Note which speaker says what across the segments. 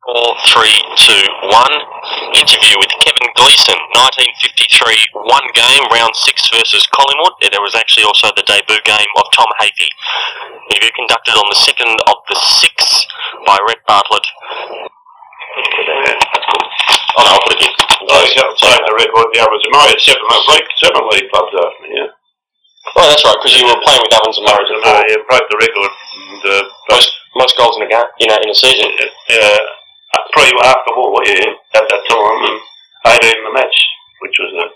Speaker 1: Four, three, two, one. Interview with Kevin Gleeson, 1953, one game, round six versus Collingwood. There was actually also the debut game of Tom Hafey. Interview conducted on the 2nd of the 6th by Red Bartlett. Oh, no, I'll put it in.
Speaker 2: Oh, he's outside the red what the others. Am I at seven? I broke seven league clubs after me, yeah.
Speaker 1: Oh, that's right, because you were playing with Evans and Murray
Speaker 2: And
Speaker 1: before.
Speaker 2: I uh, broke the record and uh, broke,
Speaker 1: Most, most goals in a game, you know, in a season.
Speaker 2: uh, uh, probably half the war, yeah, at that time and 18 in the match, which was a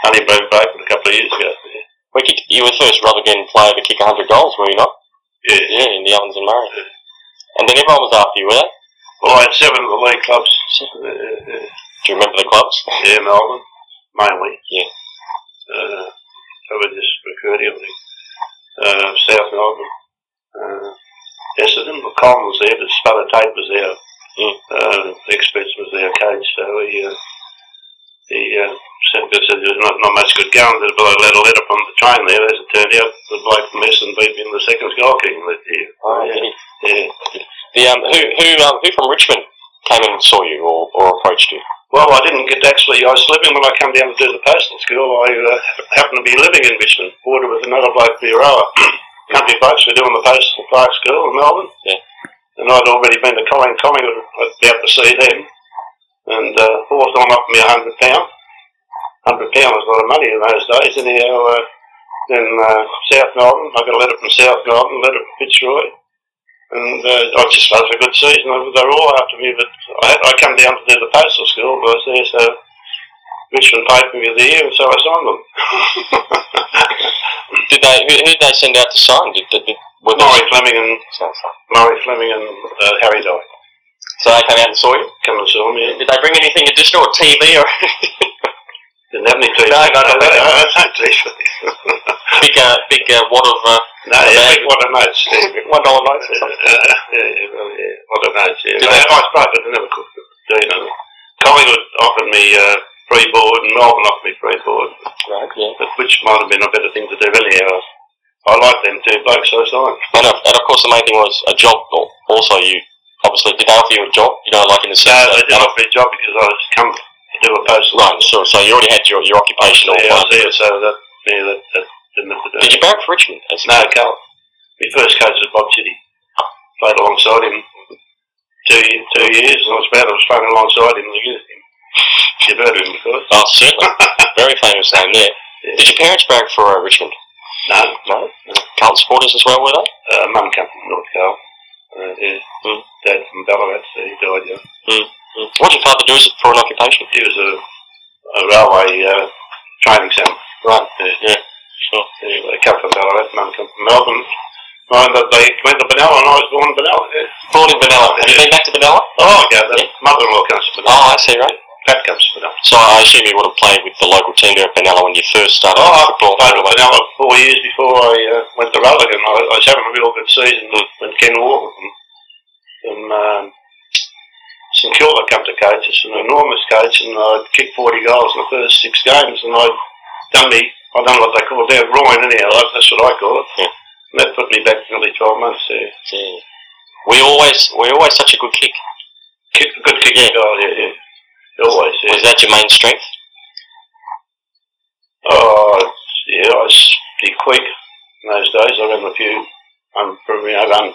Speaker 2: honeymoon break a couple of years ago. Yeah.
Speaker 1: We kicked, you were the first Rutherglen player to kick 100 goals, were you not?
Speaker 2: yeah.
Speaker 1: Yeah, in the Evans and Murray. And then everyone was after you, were they?
Speaker 2: Well, I had seven of the league clubs. Uh, uh,
Speaker 1: Do you remember the clubs?
Speaker 2: yeah, Melbourne, mainly.
Speaker 1: Yeah.
Speaker 2: Uh, over this McCurdy, I think. Uh, South Melbourne. Uh, Essendon, McCollum was there, but Sputter Tate was there.
Speaker 1: Mm.
Speaker 2: Uh, Express was their coach, so he, uh, he uh, said, said there's not, not much good going there, but I let a letter from the train there. As it turned out, the bloke from Essendon beat me in the second goal kicking that year.
Speaker 1: Oh, yeah. The
Speaker 2: Yeah.
Speaker 1: um, who who um, who from Richmond came and saw you or, or approached you?
Speaker 2: Well, I didn't get actually. I was living when I come down to do the postal school. I uh, happened to be living in Richmond, border with another bloke, Biroa. Country blokes were doing the postal clerk school in Melbourne.
Speaker 1: Yeah.
Speaker 2: And I'd already been to Colin Collingwood about to see them. And uh, Hawthorne offered me a hundred pound. Hundred pound was a lot of money in those days. Anyhow, uh, then uh, South Melbourne, I got a letter from South Melbourne, a letter from Fitzroy. And uh, I just loved a good season. They were all after me, but I, had, I come down to do the postal school, but I was there, so Richmond paid me with the year, so I signed them.
Speaker 1: Did they who, who did they send out to sign? Did, did, did were they-
Speaker 2: Murray Fleming and Murray Fleming and uh, Harry Dyke
Speaker 1: So they came out and saw you.
Speaker 2: come and saw me.
Speaker 1: Did they bring anything additional, TV or
Speaker 2: Didn't have any teeth.
Speaker 1: No, no, no, no.
Speaker 2: I don't teeth.
Speaker 1: big uh, big uh, wad of uh,
Speaker 2: no,
Speaker 1: bad.
Speaker 2: it's big one of notes.
Speaker 1: one dollar notes or
Speaker 2: Uh,
Speaker 1: something?
Speaker 2: yeah, yeah, well, yeah, what a nice, yeah.
Speaker 1: Did
Speaker 2: I,
Speaker 1: they-
Speaker 2: I suppose I never cooked it, do you know. Collingwood offered me uh, free board and Melbourne offered me free board,
Speaker 1: Right, yeah.
Speaker 2: but which might have been a better thing to do anyhow. I like them two blokes, so I signed.
Speaker 1: And of, and of course the main thing was a job. al- Also, you obviously did they offer you a job? You know, like in the
Speaker 2: No,
Speaker 1: sense
Speaker 2: they
Speaker 1: that-
Speaker 2: did offer me a job because I was come to do a postal.
Speaker 1: right, sure. So you already had your your occupational.
Speaker 2: Yeah,
Speaker 1: um,
Speaker 2: I was there, so that, yeah, that, that didn't have to do
Speaker 1: Did you barrack for Richmond? As
Speaker 2: No, Cal. My first coach was Bob Chitty. Played alongside him two ye- two years, and I was proud I was playing alongside him against him. You've heard of him, of course.
Speaker 1: Oh, certainly. Very famous name there.
Speaker 2: Yeah.
Speaker 1: Did your parents barrack for uh, Richmond?
Speaker 2: No,
Speaker 1: No. Carlton supporters as well, were they?
Speaker 2: uh, Mum came from North Cal. Uh, yeah.
Speaker 1: Hmm.
Speaker 2: Dad from Ballarat, so he died young.
Speaker 1: Mm. What did your father do as- for an occupation?
Speaker 2: He was a, a railway uh, training centre. uh,
Speaker 1: Right.
Speaker 2: Yeah.
Speaker 1: Yeah. Sure.
Speaker 2: Anyway, they come from Ballarat, Mum come from Melbourne. Mine, that they went to Benalla, and I was born in Benalla. Yeah.
Speaker 1: Born in Benalla. Have you been back to Benalla?
Speaker 2: Oh, yeah, the
Speaker 1: Yeah.
Speaker 2: mother-in-law comes from Benalla.
Speaker 1: Oh, I see, right.
Speaker 2: Pat comes from Benalla.
Speaker 1: So I assume you would have played with the local team there at Benalla when you first started
Speaker 2: Oh, I
Speaker 1: football.
Speaker 2: played with Benalla four years before I uh, went to Rutherglen. I, I was having a real good season when Ken Walker from, from um, St Kilda come to coach. It's an enormous coach, and I kicked 40 goals in the first six games, and I done me. I done what they call their groin, anyhow. that- That's what I call it.
Speaker 1: Yeah.
Speaker 2: And that put me back nearly 12 months there.
Speaker 1: Yeah. We always, we always such a good kick.
Speaker 2: Kick, good kick,
Speaker 1: Yeah.
Speaker 2: goal, yeah, yeah. Always, yeah.
Speaker 1: Was that your main strength?
Speaker 2: Oh, yeah, I was pretty quick in those days. I ran a few un, you know, un,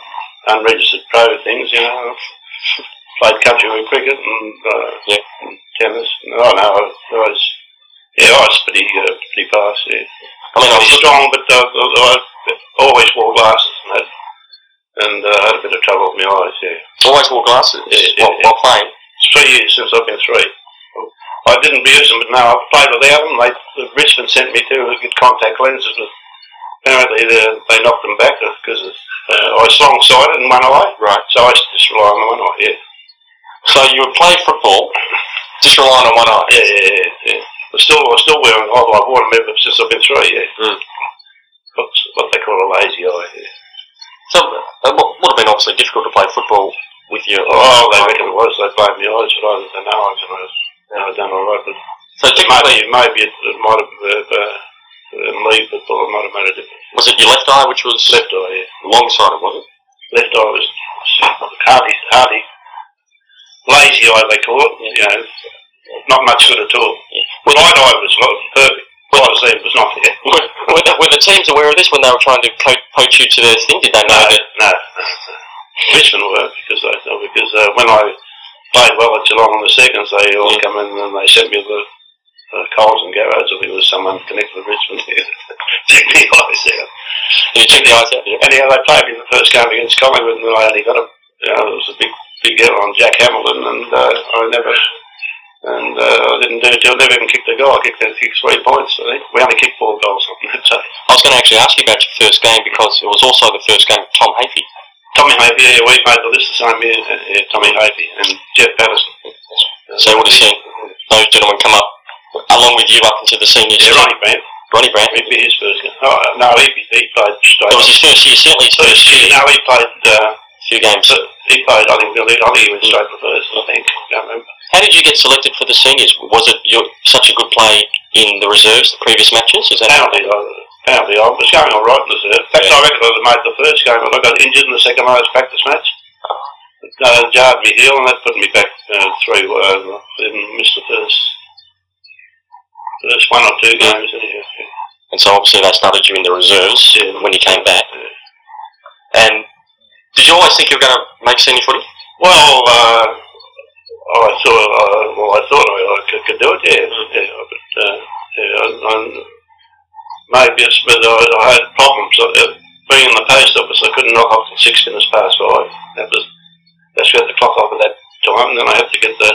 Speaker 2: unregistered pro things, you know. Played countrywide cricket and uh,
Speaker 1: Yeah.
Speaker 2: and tennis. No, no, I, I was yeah, I was pretty uh, pretty fast. Yeah.
Speaker 1: I mean,
Speaker 2: I
Speaker 1: I
Speaker 2: was
Speaker 1: was,
Speaker 2: strong, but uh, I, I always wore glasses and that, and uh, I had a bit of trouble with my eyes. Yeah,
Speaker 1: always wore glasses
Speaker 2: Yeah, yeah,
Speaker 1: while,
Speaker 2: yeah.
Speaker 1: while playing.
Speaker 2: it's three years since I've been three. I didn't use them, but now I've played without them. They, Richmond sent me two good contact lenses, but apparently they, they knocked them back because uh, I was long sighted in one eye,
Speaker 1: Right.
Speaker 2: so I just rely on the one eye. Yeah,
Speaker 1: So you would play football, just relying on one eye.
Speaker 2: yeah, yeah, yeah. yeah. I'm still, I'm still wearing. I've I've worn them ever since I've been three. Yeah,
Speaker 1: Mm.
Speaker 2: what's what they call a lazy eye. Yeah.
Speaker 1: So it would have been obviously difficult to play football with your.
Speaker 2: Oh, they reckon it was. They blamed my eyes, but I don't know. I don't know. I've done all right, but
Speaker 1: So
Speaker 2: maybe,
Speaker 1: technically,
Speaker 2: maybe it, it might have uh, uh, leave football. It might have made a difference.
Speaker 1: was it your left eye which was
Speaker 2: Left eye. Yeah.
Speaker 1: long sighted, was it?
Speaker 2: left eye was hardly, hardly. lazy eye they call it, you know, not much good at all.
Speaker 1: Were
Speaker 2: My
Speaker 1: the,
Speaker 2: dive was not perfect. What I was there was not there.
Speaker 1: were, the, were the teams aware of this when they were trying to co- poach you to their thing? Did they know that?
Speaker 2: uh, no. Richmond were because they, because uh, when I played well at Geelong on the seconds, they all
Speaker 1: Yeah.
Speaker 2: come in and they sent me the uh, Coles and Garrows if it was someone connected with Richmond here. Check me out, I said.
Speaker 1: Did you check the eyes out? Yeah.
Speaker 2: Anyhow, they played me the first game against Collingwood, and I only got a, you know, it was a big, big hit on Jack Hamilton, and uh, I never, and uh, I didn't do, I never even kicked a goal. I kicked, I kicked three points. I think we only kicked four goals on that day.
Speaker 1: I was going to actually ask you about your first game because it was also the first game of Tom Hafey.
Speaker 2: Tommy Hafey, yeah, we made the list the same year. uh, yeah, Tommy Hafey and Jeff Patterson.
Speaker 1: So you would have seen those gentlemen come up along with you up into the senior team.
Speaker 2: Yeah, Ronnie Brand.
Speaker 1: Ronnie Brand.
Speaker 2: He'd be his first game. Oh, uh, no, he, he played straight.
Speaker 1: It was his first year, certainly his first
Speaker 2: first year.
Speaker 1: year.
Speaker 2: No, he played, uh,
Speaker 1: Few games.
Speaker 2: he played, I think, I think he went straight for first, I think. I can't remember.
Speaker 1: How did you get selected for the seniors? Was it your, such a good play in the reserves, the previous matches? Is that
Speaker 2: Apparently, I, apparently I was going all right in the third. In fact, I reckon I made the first game, but I got injured in the second last practice match. It uh, jarred me heel, and that put me back uh, three. Uh, didn't miss the first, first one or two games. Anyhow.
Speaker 1: And so obviously they started you in the reserves
Speaker 2: Yeah.
Speaker 1: when you came back.
Speaker 2: Yeah.
Speaker 1: And did you always think you were going to make senior footy?
Speaker 2: Well, uh, oh, I thought, uh, well, I thought I, I could, could do it. Yeah, yeah but uh, yeah, I, I, maybe it's but I, I had problems. Uh, being in the post office, I couldn't knock off at six minutes past five. That was that's got the clock off at that time. Then I had to get the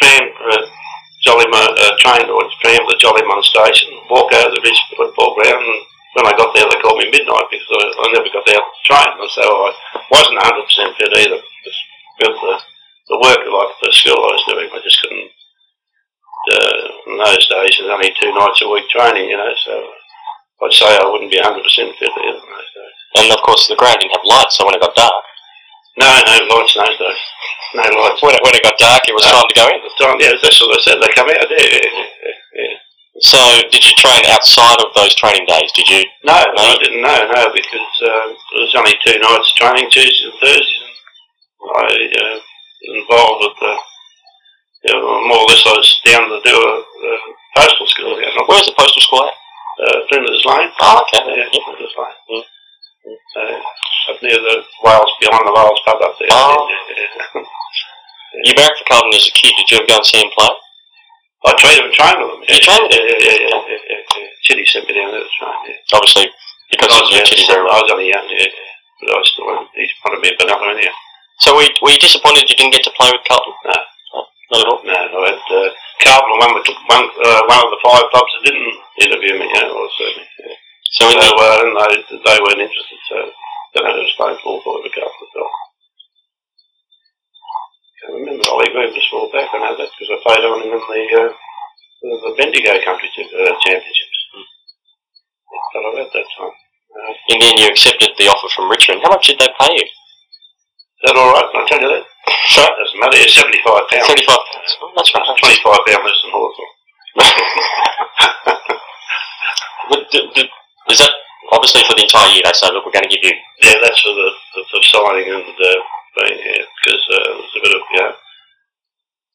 Speaker 2: tram, uh, Jollymon uh, train or tram to Jollymon station, walk over the Richmond football ground. And when I got there, they called me midnight because I, I never got there on the train, and so I wasn't 100% fit either. Just with the, the work like the school I was doing, I just couldn't. Uh, in those days, there's only two nights a week training, you know, so I'd say I wouldn't be 100% fit either. in those days.
Speaker 1: And of course the ground didn't have lights, so when it got dark,
Speaker 2: No, no lights in those days. No lights.
Speaker 1: when it, when it got dark, it was
Speaker 2: No.
Speaker 1: time to go in.
Speaker 2: At the time, yeah, that's what I said. They come out, yeah, yeah, yeah, yeah.
Speaker 1: So did you train outside of those training days? Did you?
Speaker 2: No, I didn't know, no, because uh, there was only two nights training, Tuesdays and Thursdays, and I uh, involved with the, you know, more or less I was down to do a, a postal school down at
Speaker 1: Where was the postal school at?
Speaker 2: uh, Flinders Lane.
Speaker 1: Oh, okay.
Speaker 2: Yeah,
Speaker 1: Yeah.
Speaker 2: Flinders Lane.
Speaker 1: Mm.
Speaker 2: Uh, up near the Wales, behind the Wales pub up there.
Speaker 1: Oh.
Speaker 2: Yeah, yeah.
Speaker 1: You barracked for Carlton as a kid. Did you ever go and see him play?
Speaker 2: I trained and trained with them.
Speaker 1: You trained
Speaker 2: yeah, yeah, yeah, yeah, yeah, yeah, yeah. Chitty sent me down there to train, yeah.
Speaker 1: Obviously, because
Speaker 2: I
Speaker 1: of
Speaker 2: was,
Speaker 1: your chitty
Speaker 2: I
Speaker 1: very well.
Speaker 2: was only young, yeah, yeah. But I was still, he's wanted me a banana in here.
Speaker 1: So were you, were you disappointed you didn't get to play with Carlton?
Speaker 2: No.
Speaker 1: No, not at all.
Speaker 2: No, I had uh, Carlton, one of the one, uh, one of the five pubs that didn't interview me. You know, or certainly. Yeah.
Speaker 1: So in the,
Speaker 2: So uh, and they they weren't interested. So then I just phone call for the Carlton as well. I remember Ollie Green just fall back. I know that because I played on him in the uh, the Bendigo Country uh, Championships.
Speaker 1: Hmm.
Speaker 2: But I at that time. Uh, is
Speaker 1: in the end, you accepted the offer from Richmond. How much did they pay you?
Speaker 2: that all right? Can I tell you that?
Speaker 1: Sorry?
Speaker 2: Doesn't matter. It's seventy five pounds.
Speaker 1: Thirty-five pounds. Oh, that's right.
Speaker 2: Twenty five pounds less than Hawthorne.
Speaker 1: But d- d- is that obviously for the entire year? They say, look, we're going to give you.
Speaker 2: Yeah, that's for the, the, the signing and uh, being here because uh, there's a bit of yeah,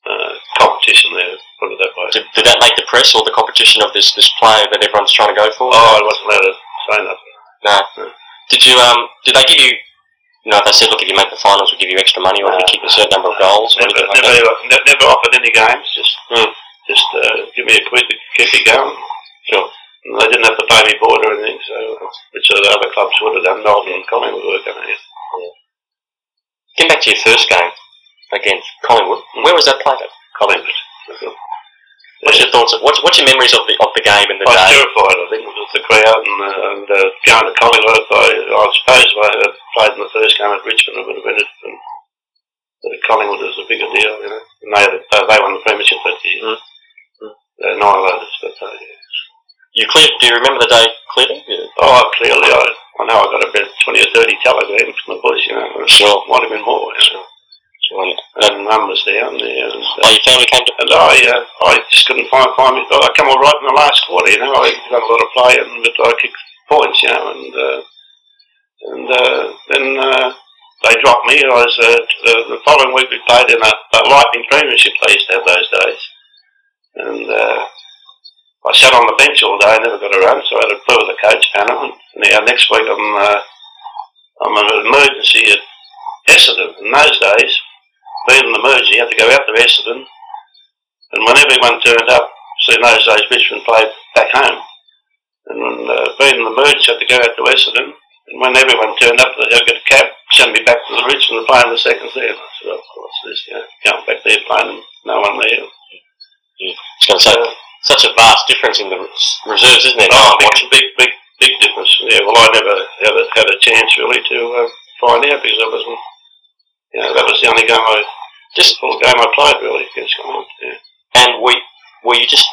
Speaker 2: uh, competition there, put it that way.
Speaker 1: Did, did that make the press or the competition of this this player that everyone's trying to go for?
Speaker 2: Oh, I wasn't allowed to say nothing.
Speaker 1: no. Did you? Um, did they give you? You know, if they said, look, if you make the finals, we'll give you extra money, or if you kick a certain number of goals, or
Speaker 2: Never,
Speaker 1: anything like
Speaker 2: never,
Speaker 1: that.
Speaker 2: ne- never offered any games. Just,
Speaker 1: Hmm.
Speaker 2: just uh, give me a quid to keep it going.
Speaker 1: Sure.
Speaker 2: And they didn't have to pay me board or anything, so which of the other clubs would have done. Northern and Collingwood were going to.
Speaker 1: Getting back to your first game against Collingwood, where was that played at?
Speaker 2: Collingwood.
Speaker 1: What's your thoughts? Of, what's, what's your memories of the of the game and the
Speaker 2: I was
Speaker 1: day?
Speaker 2: terrified, I think, with the crowd and, uh, and uh, going to Collingwood. I, I suppose if I had played in the first game at Richmond, I would have entered them. But Collingwood was a bigger deal, you know. And they, had, uh, they won the premiership that year. Uh,
Speaker 1: Mm.
Speaker 2: They annihilated us that day. uh, yeah.
Speaker 1: You cleared. Do you remember the day clearly?
Speaker 2: Oh, clearly, I, I know I got about 20 or 30 telegrams from the boys, you know. It
Speaker 1: Sure.
Speaker 2: might have been more, you know.
Speaker 1: Sure.
Speaker 2: And mum was down there. And,
Speaker 1: Oh,
Speaker 2: uh,
Speaker 1: your family came to.
Speaker 2: and I, uh, I just couldn't find find me. I come all right in the last quarter, you know. I got a lot of play and but I kicked points, you know, and uh, and uh, then uh, they dropped me. I was uh, the, the following week we played in a, a lightning premiership they used to have those days, and uh, I sat on the bench all day. I never got a run, so I had a play with the coach panel. And now next week I'm uh, I'm an emergency at Essendon. In those days, being an emergency, you had to go out to Essendon, and when everyone turned up, so in those days Richmond played back home, and uh, being an emergency, I had to go out to Essendon. And when everyone turned up, they got a cab, sent me back to the Richmond and playing the second there. I said, oh, what's this? You know, going back there playing and no one there.
Speaker 1: It's going to say such a vast difference in the res- reserves, isn't Um, there? No
Speaker 2: Uh,
Speaker 1: one
Speaker 2: Oh, big,
Speaker 1: watching.
Speaker 2: big, big, big difference. Yeah, well, I never ever had a chance really to uh, find out because I wasn't, you know, that was the only game I,
Speaker 1: Just
Speaker 2: full game I played really against Collingwood. Yeah.
Speaker 1: and were were you just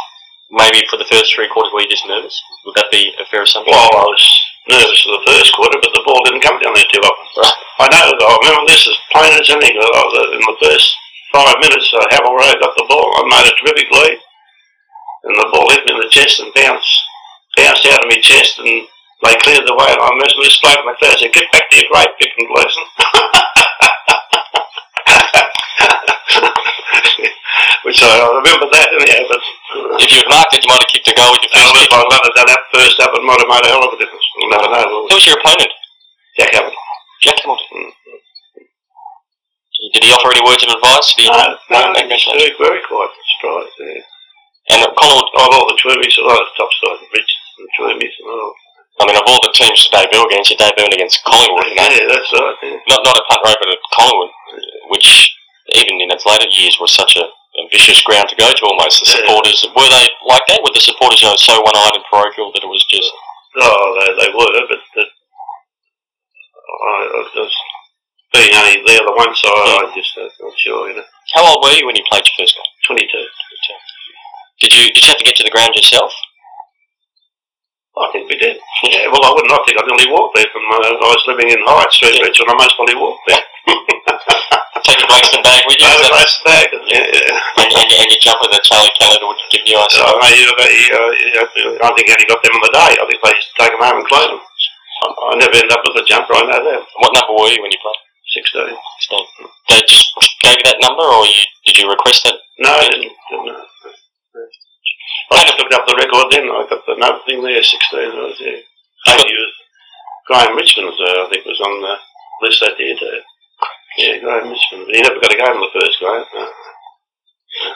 Speaker 1: maybe for the first three quarters were you just nervous? Would that be a fair assumption?
Speaker 2: Well, I was nervous for the first quarter, but the ball didn't come down there too often.
Speaker 1: Right.
Speaker 2: I know, I remember this as plain as anything. I was, uh, In the first five minutes, uh, Havel Rowe got the ball. I made a terrific lead, and the ball hit me in the chest and bounced, bounced out of my chest, and they cleared the way. And I must have spoken like that. I said, "Get back to your great pick and Gleason." Which I, I remember that, anyhow, but
Speaker 1: if you had marked it, you might have kicked a goal with your
Speaker 2: I
Speaker 1: first
Speaker 2: would
Speaker 1: kick.
Speaker 2: have done that first up, it might have made a hell of a difference. You never know.
Speaker 1: Who was your opponent?
Speaker 2: Jack Hammond.
Speaker 1: Jack
Speaker 2: Mm.
Speaker 1: Hamilton. Did he offer any words of advice? Did he,
Speaker 2: No, Uh, no,
Speaker 1: no,
Speaker 2: it's
Speaker 1: congratulations.
Speaker 2: very, very quiet. Surprised. Yeah.
Speaker 1: And Collingwood,
Speaker 2: Of all the Twirlies, a lot of top side and Richards and Twirlies and all.
Speaker 1: I mean, of all the teams to debut against, you're debuting against Collingwood. you know.
Speaker 2: Yeah, that's right. Yeah.
Speaker 1: Not, not at Punt Road, but at Collingwood, which even in its later years was such a, a vicious ground to go to almost. The
Speaker 2: Yeah.
Speaker 1: supporters, were they like that? Were the supporters, you know, so one-eyed and parochial that it was just...
Speaker 2: Oh, they, they were, but the, I, I just being only there the one side, I just uh, not sure. You know,
Speaker 1: How old were you when you played your first game?
Speaker 2: twenty-two.
Speaker 1: Did you, did you have to get to the ground yourself?
Speaker 2: I think we did. Yeah, well, I wouldn't. I think I nearly walked there from. Uh, I was living in Hyde Street,
Speaker 1: Yeah.
Speaker 2: Richard, and I most probably walked there.
Speaker 1: Take your Blackstone bag with you?
Speaker 2: I
Speaker 1: Is
Speaker 2: was
Speaker 1: that-
Speaker 2: last back. Yeah, yeah.
Speaker 1: and, and, and you jump with a Charlie Canada would give you ice.
Speaker 2: So I, know you- that he, uh, he- uh, I think he only got them on the day. I think they used to take them home and clone them. I, I never end up with a jumper. I know that. eh?
Speaker 1: What number were you when you played?
Speaker 2: Sixteen.
Speaker 1: 16. They just gave you that number, or you, did you request that?
Speaker 2: No, I didn't. didn't know. I just looked up the record then. I got the note thing there. Sixteen. I was there. Eight years. Graham Richmond, uh, I think, was on the list that year too. Yeah, Graham Richmond. But he never got a game in the first game. No.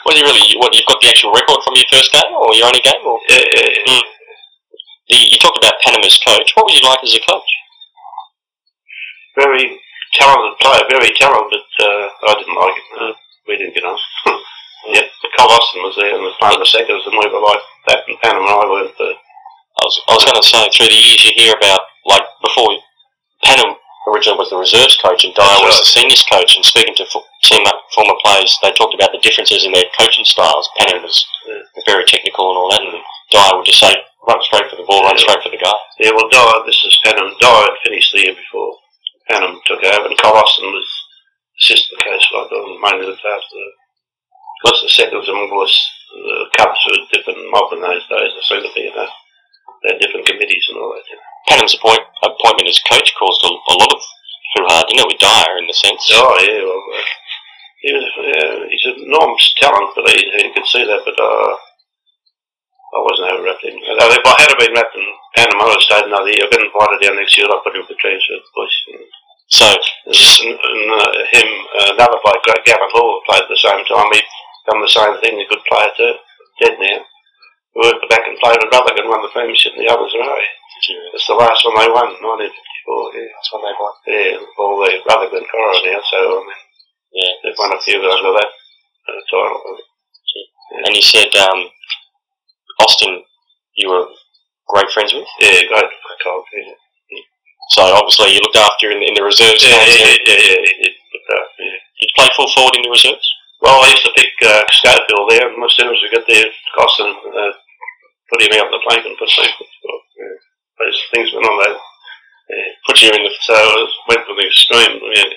Speaker 1: Was you really? What you've got the actual record from your first game, or your only game, or
Speaker 2: Yeah, yeah, yeah.
Speaker 1: the, you talked about Panama's coach. What were you like as a coach?
Speaker 2: very talented player, very talented, but uh, I didn't like it. No, we didn't get on. yep, Cole Austin was there and was playing the seconds, and we were like that, and Panama and I weren't the.
Speaker 1: I was, I was going to say through the years you hear about like before Panam originally was the reserves coach and Dyer was the seniors coach, and speaking to fo- team up, former players, they talked about the differences in their coaching styles. Panam was
Speaker 2: Mm.
Speaker 1: very technical and all that, and Dyer would just say run straight for the ball, run straight for the guy.
Speaker 2: Yeah, well, Dyer, this is Panam. Dyer had finished the year before. Panam took over, and Cole Austin was assistant coach, like the mainly looked after. Plus the seconds, and of course, the Cubs Uh, were a different mob in those days, the sort of thing, you know. They had uh, different committees and all that, you know.
Speaker 1: Panam's appoint, appointment as coach caused a, a lot of hoo-ha, didn't it, with Dyer in the sense.
Speaker 2: Oh yeah, well, uh, he was, yeah, he's an enormous øh, talent, but he, he could see that. But uh, I wasn't ever wrapped in. Now, if I had been wrapped in Panama, I'd have stayed another year. I got invited down next year. I put him for transfer, of course. And,
Speaker 1: So
Speaker 2: and, and uh, him, uh, another bloke, Gra- Gavin Hall, played at the same time. He'd done the same thing. A good player too, dead now. He worked er back and played with Rutherford and won the premiership. And the others are away. It's the last one they won, 1954. Yeah, that's when they won. Yeah, all the Rutherford Cora now. So I mean.
Speaker 1: yeah,
Speaker 2: They've won a few under that uh, title.
Speaker 1: and you said um, Austin, you were great friends with.
Speaker 2: Yeah, great cold. Yeah,
Speaker 1: So obviously you looked after in, in the reserves.
Speaker 2: yeah,
Speaker 1: games,
Speaker 2: yeah,
Speaker 1: and
Speaker 2: yeah, yeah, yeah, yeah, but, uh, yeah.
Speaker 1: Did you play full forward in the reserves?
Speaker 2: Well, I used to pick uh, Schofield there, and as soon as we got there, Costin uh, put him out on the plank and put me. Yeah. Those things went on there.
Speaker 1: Put you in the.
Speaker 2: So it was, went to the extreme. Yeah.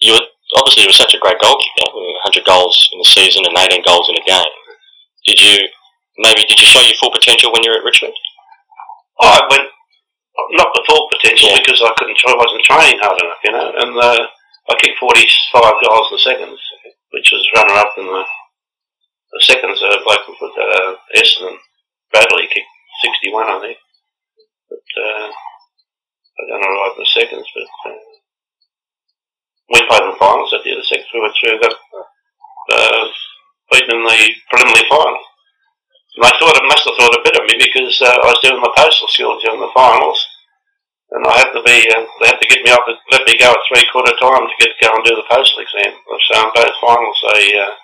Speaker 1: You were, obviously you were such a great goal kicker, with 100 goals in the season and 18 goals in a game. Did you maybe did you show your full potential when you were at Richmond?
Speaker 2: Oh, I went not the full potential
Speaker 1: Yeah.
Speaker 2: because I couldn't, I wasn't training hard enough, you know. And uh, I kicked 45 goals in seconds, which was runner up in the, the seconds. Uh, bloke who put uh, Essendon Bradley kicked 61, I think. But uh, I don't know right in the seconds, but uh, we played in the finals at the other seconds. We went through, got uh, beaten in the preliminary final. And I thought, I must have thought a bit of me because uh, I was doing my postal skills during the finals, and I had to be, uh, they had to get me up, and let me go at three quarter time to get go and do the postal exam. So in both finals, they uh,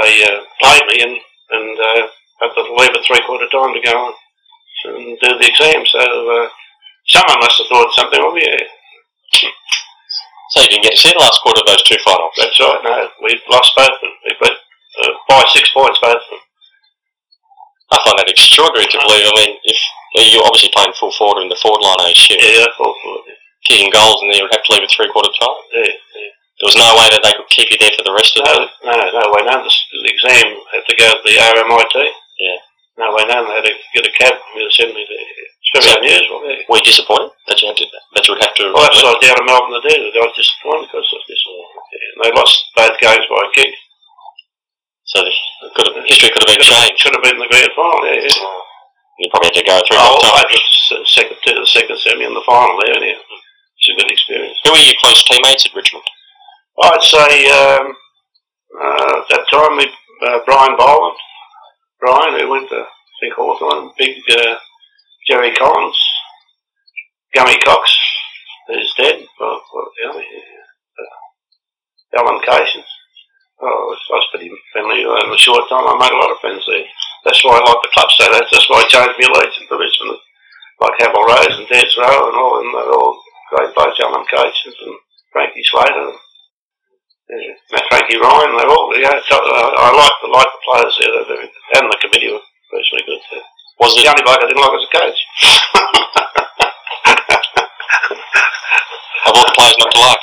Speaker 2: they uh, played me and and uh, had to leave at three quarter time to go and, and do the exam. So uh, someone must have thought something of you.
Speaker 1: So you didn't get to see the last quarter of those two finals.
Speaker 2: That's right. No, we lost both of them. We beat uh, by six points both of them.
Speaker 1: I find that extraordinary to believe. I mean, if you're obviously playing full forward in the forward line, I assume,
Speaker 2: Yeah, yeah, four, four.
Speaker 1: kicking goals, and then you would have to leave at three quarter time.
Speaker 2: Yeah, yeah.
Speaker 1: There was no way that they could keep you there for the rest of
Speaker 2: No,
Speaker 1: the.
Speaker 2: no, no way known. The, the exam had to go to the RMIT.
Speaker 1: Yeah.
Speaker 2: No way known. They had to get a cab from the assembly there. It's very
Speaker 1: So-
Speaker 2: unusual. Yeah.
Speaker 1: Were you disappointed that you had to that you would have to?
Speaker 2: Well, that's what I was down in Melbourne to do. I was disappointed because of this. Yeah, And they lost both games by a kick.
Speaker 1: So the could have, history could have been changed.
Speaker 2: Should have been in the grand final. Yeah, yeah.
Speaker 1: You probably had to go through.
Speaker 2: Oh,
Speaker 1: the
Speaker 2: I
Speaker 1: time.
Speaker 2: was s- second to the second semi in the final there. Yeah. It's a good experience.
Speaker 1: Who were your close teammates at Richmond?
Speaker 2: I'd say um, uh, at that time we, uh, Brian Boland, Brian who went to I think Hawthorne, big uh, Jerry Collins, Gummy Cox, who's dead, well, well, the other, uh, Alan Cason. Oh, I was, I was pretty friendly uh, in a short time. I made a lot of friends there. That's why I like the club so much. That's why I changed my allegiance to Richmond, like Havel Rose and Dance Row and all, and they're all great blokes, Alan Cason and Frankie Slater. Yeah, Matt Frankie Ryan, they're all, yeah, so, uh, I like the, like the players there, they're very, and the committee were personally good too.
Speaker 1: Was it
Speaker 2: The only bloke I didn't like was a coach.
Speaker 1: of all the players not to like?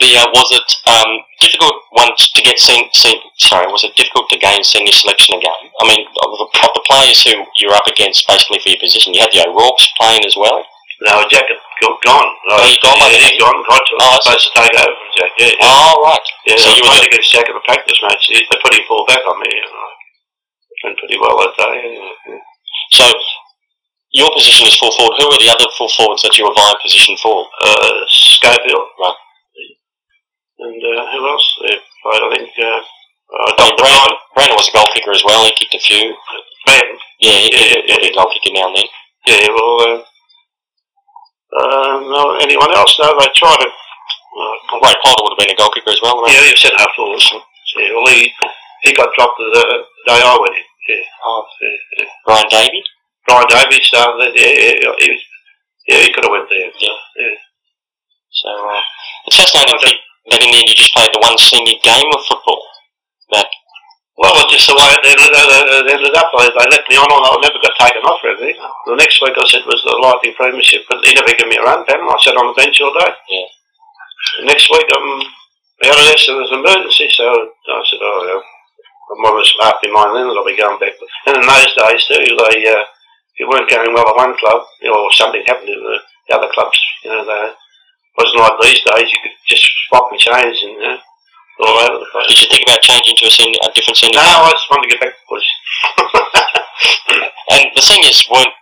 Speaker 1: The uh, was it um, difficult once to get seen, seen? Sorry, was it difficult to gain senior selection again? I mean, of the, of the players who you're up against, basically for your position, you had the O'Rourke's playing as well.
Speaker 2: no, Jack had go- gone.
Speaker 1: Oh, he'd gone by
Speaker 2: yeah,
Speaker 1: then.
Speaker 2: he'd gone, got to,
Speaker 1: Oh, I see.
Speaker 2: supposed to take over from Jack, yeah. yeah.
Speaker 1: Oh right.
Speaker 2: yeah
Speaker 1: so
Speaker 2: so I
Speaker 1: you
Speaker 2: was
Speaker 1: were
Speaker 2: playing against Jack at the practice match, they they put him full back on me, and I went pretty well that day. Yeah, yeah.
Speaker 1: So your position is full forward. Who were the other full forwards that you were vying position for?
Speaker 2: Uh, Schofield.
Speaker 1: Right.
Speaker 2: And uh, who else? They played, I think, uh, uh,
Speaker 1: I mean,
Speaker 2: Dr. Brown,
Speaker 1: Brandon, Brandon was a goal kicker as well. He kicked a few.
Speaker 2: Brandon.
Speaker 1: Yeah, he,
Speaker 2: Yeah,
Speaker 1: he,
Speaker 2: yeah,
Speaker 1: he, he goal kicker now and then.
Speaker 2: Yeah, well, uh, uh, no, anyone else? No, they tried to. Uh,
Speaker 1: Ray Potter would have been a goal kicker as well. Right?
Speaker 2: yeah, you said half forward. Yeah, well, he, he got dropped the the day I went in. Yeah.
Speaker 1: Oh.
Speaker 2: yeah, yeah.
Speaker 1: Ryan Davey.
Speaker 2: Brian Davies started it. Yeah, yeah, yeah, he, was- yeah, he could have went there.
Speaker 1: So uh, it's fascinating
Speaker 2: Okay.
Speaker 1: that in the end you just played the one senior game of football.
Speaker 2: Well, it's just the way it ended, uh, it ended up. They, they left me on, and I never got taken off for anything. The next week I said was the likely premiership, but he never gave me a run, Pam. I sat on the bench all day.
Speaker 1: Yeah.
Speaker 2: The next week um, I'm out of there, so there's an emergency, so I said, oh, yeah. I'm always half behind then, and I'll be going back. And in those days, too, they, uh, if you weren't going well at one club, you know, or something happened to the, the other clubs, you know, they wasn't like these days, you could just swap and change and, you know, all over the place.
Speaker 1: Did you think about changing to a, senior, a different senior?
Speaker 2: No, I just wanted to get back to push.
Speaker 1: And the seniors weren't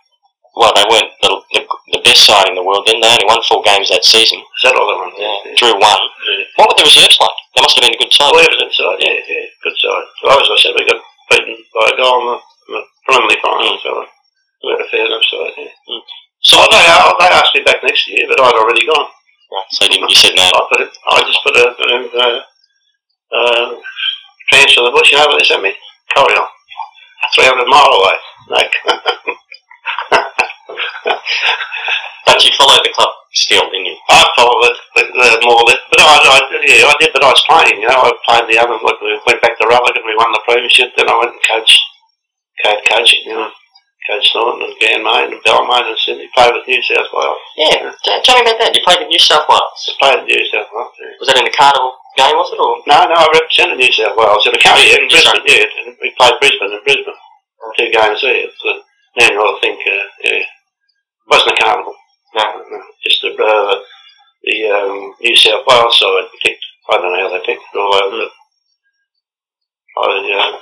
Speaker 1: well, they weren't the, the, the best side in the world. Then they only won four games that season.
Speaker 2: Is that all they wanted?
Speaker 1: Drew one.
Speaker 2: Yeah.
Speaker 1: What were the reserves like? They must have been a good side.
Speaker 2: Well, it was inside, yeah, yeah, good side. Well, as I said, we got beaten by a goal in the, in the preliminary final, so we had a fair enough side, yeah.
Speaker 1: So,
Speaker 2: Oh, they, uh, they asked me back next year, but I'd already gone.
Speaker 1: Right, so you, didn't, you said no.
Speaker 2: I put it, I just put a, a, a, um transfer the bush, you know what they sent me? Carry on. 300 mile away. Like,
Speaker 1: But you followed the club still, didn't you?
Speaker 2: I followed it, but, uh, more that, but I, I, yeah, I did, but I was playing, you know, I played the other, like, we went back to Rutland and we won the premiership, then I went and coached, co coaching, you know, coached Norton and Ganmain and Balmain and Sydney, played with New South Wales,
Speaker 1: Yeah. T- Tell me about that. You played with New South Wales.
Speaker 2: played with New South Wales. yeah.
Speaker 1: Was that in the Carnival game, was it? Or
Speaker 2: No, no, I represented New South Wales in the county, in
Speaker 1: Yes,
Speaker 2: Brisbane, yeah, and we played Brisbane in Brisbane, two games there, so now I think, uh, yeah, it wasn't a carnival. No, no, just the uh, the um, New South Wales side picked. I don't know how they picked it all over. but I uh,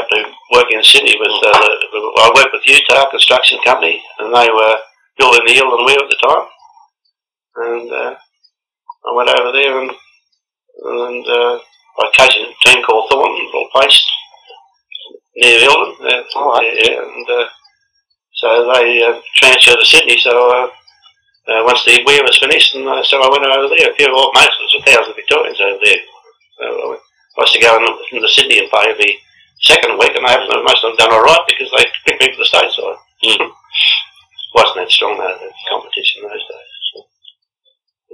Speaker 2: have to work in Sydney with. Uh, the- I worked with Utah Construction Company, and they were building the Elden Wheel at the time. And uh, I went over there and and uh, I coached a team called Thornton, or placed near Elden. Uh, yeah, yeah, and uh, so they uh, transferred to Sydney. So uh, uh, once the year was finished, and uh, so I went over there. A few, well, most it was a thousand Victorians over there. So I, went- I used to go in, into Sydney and play every second week, and they haven't, most of them done all right because they picked me for the state side.
Speaker 1: Mm.
Speaker 2: Wasn't that strong though, the competition those days. So.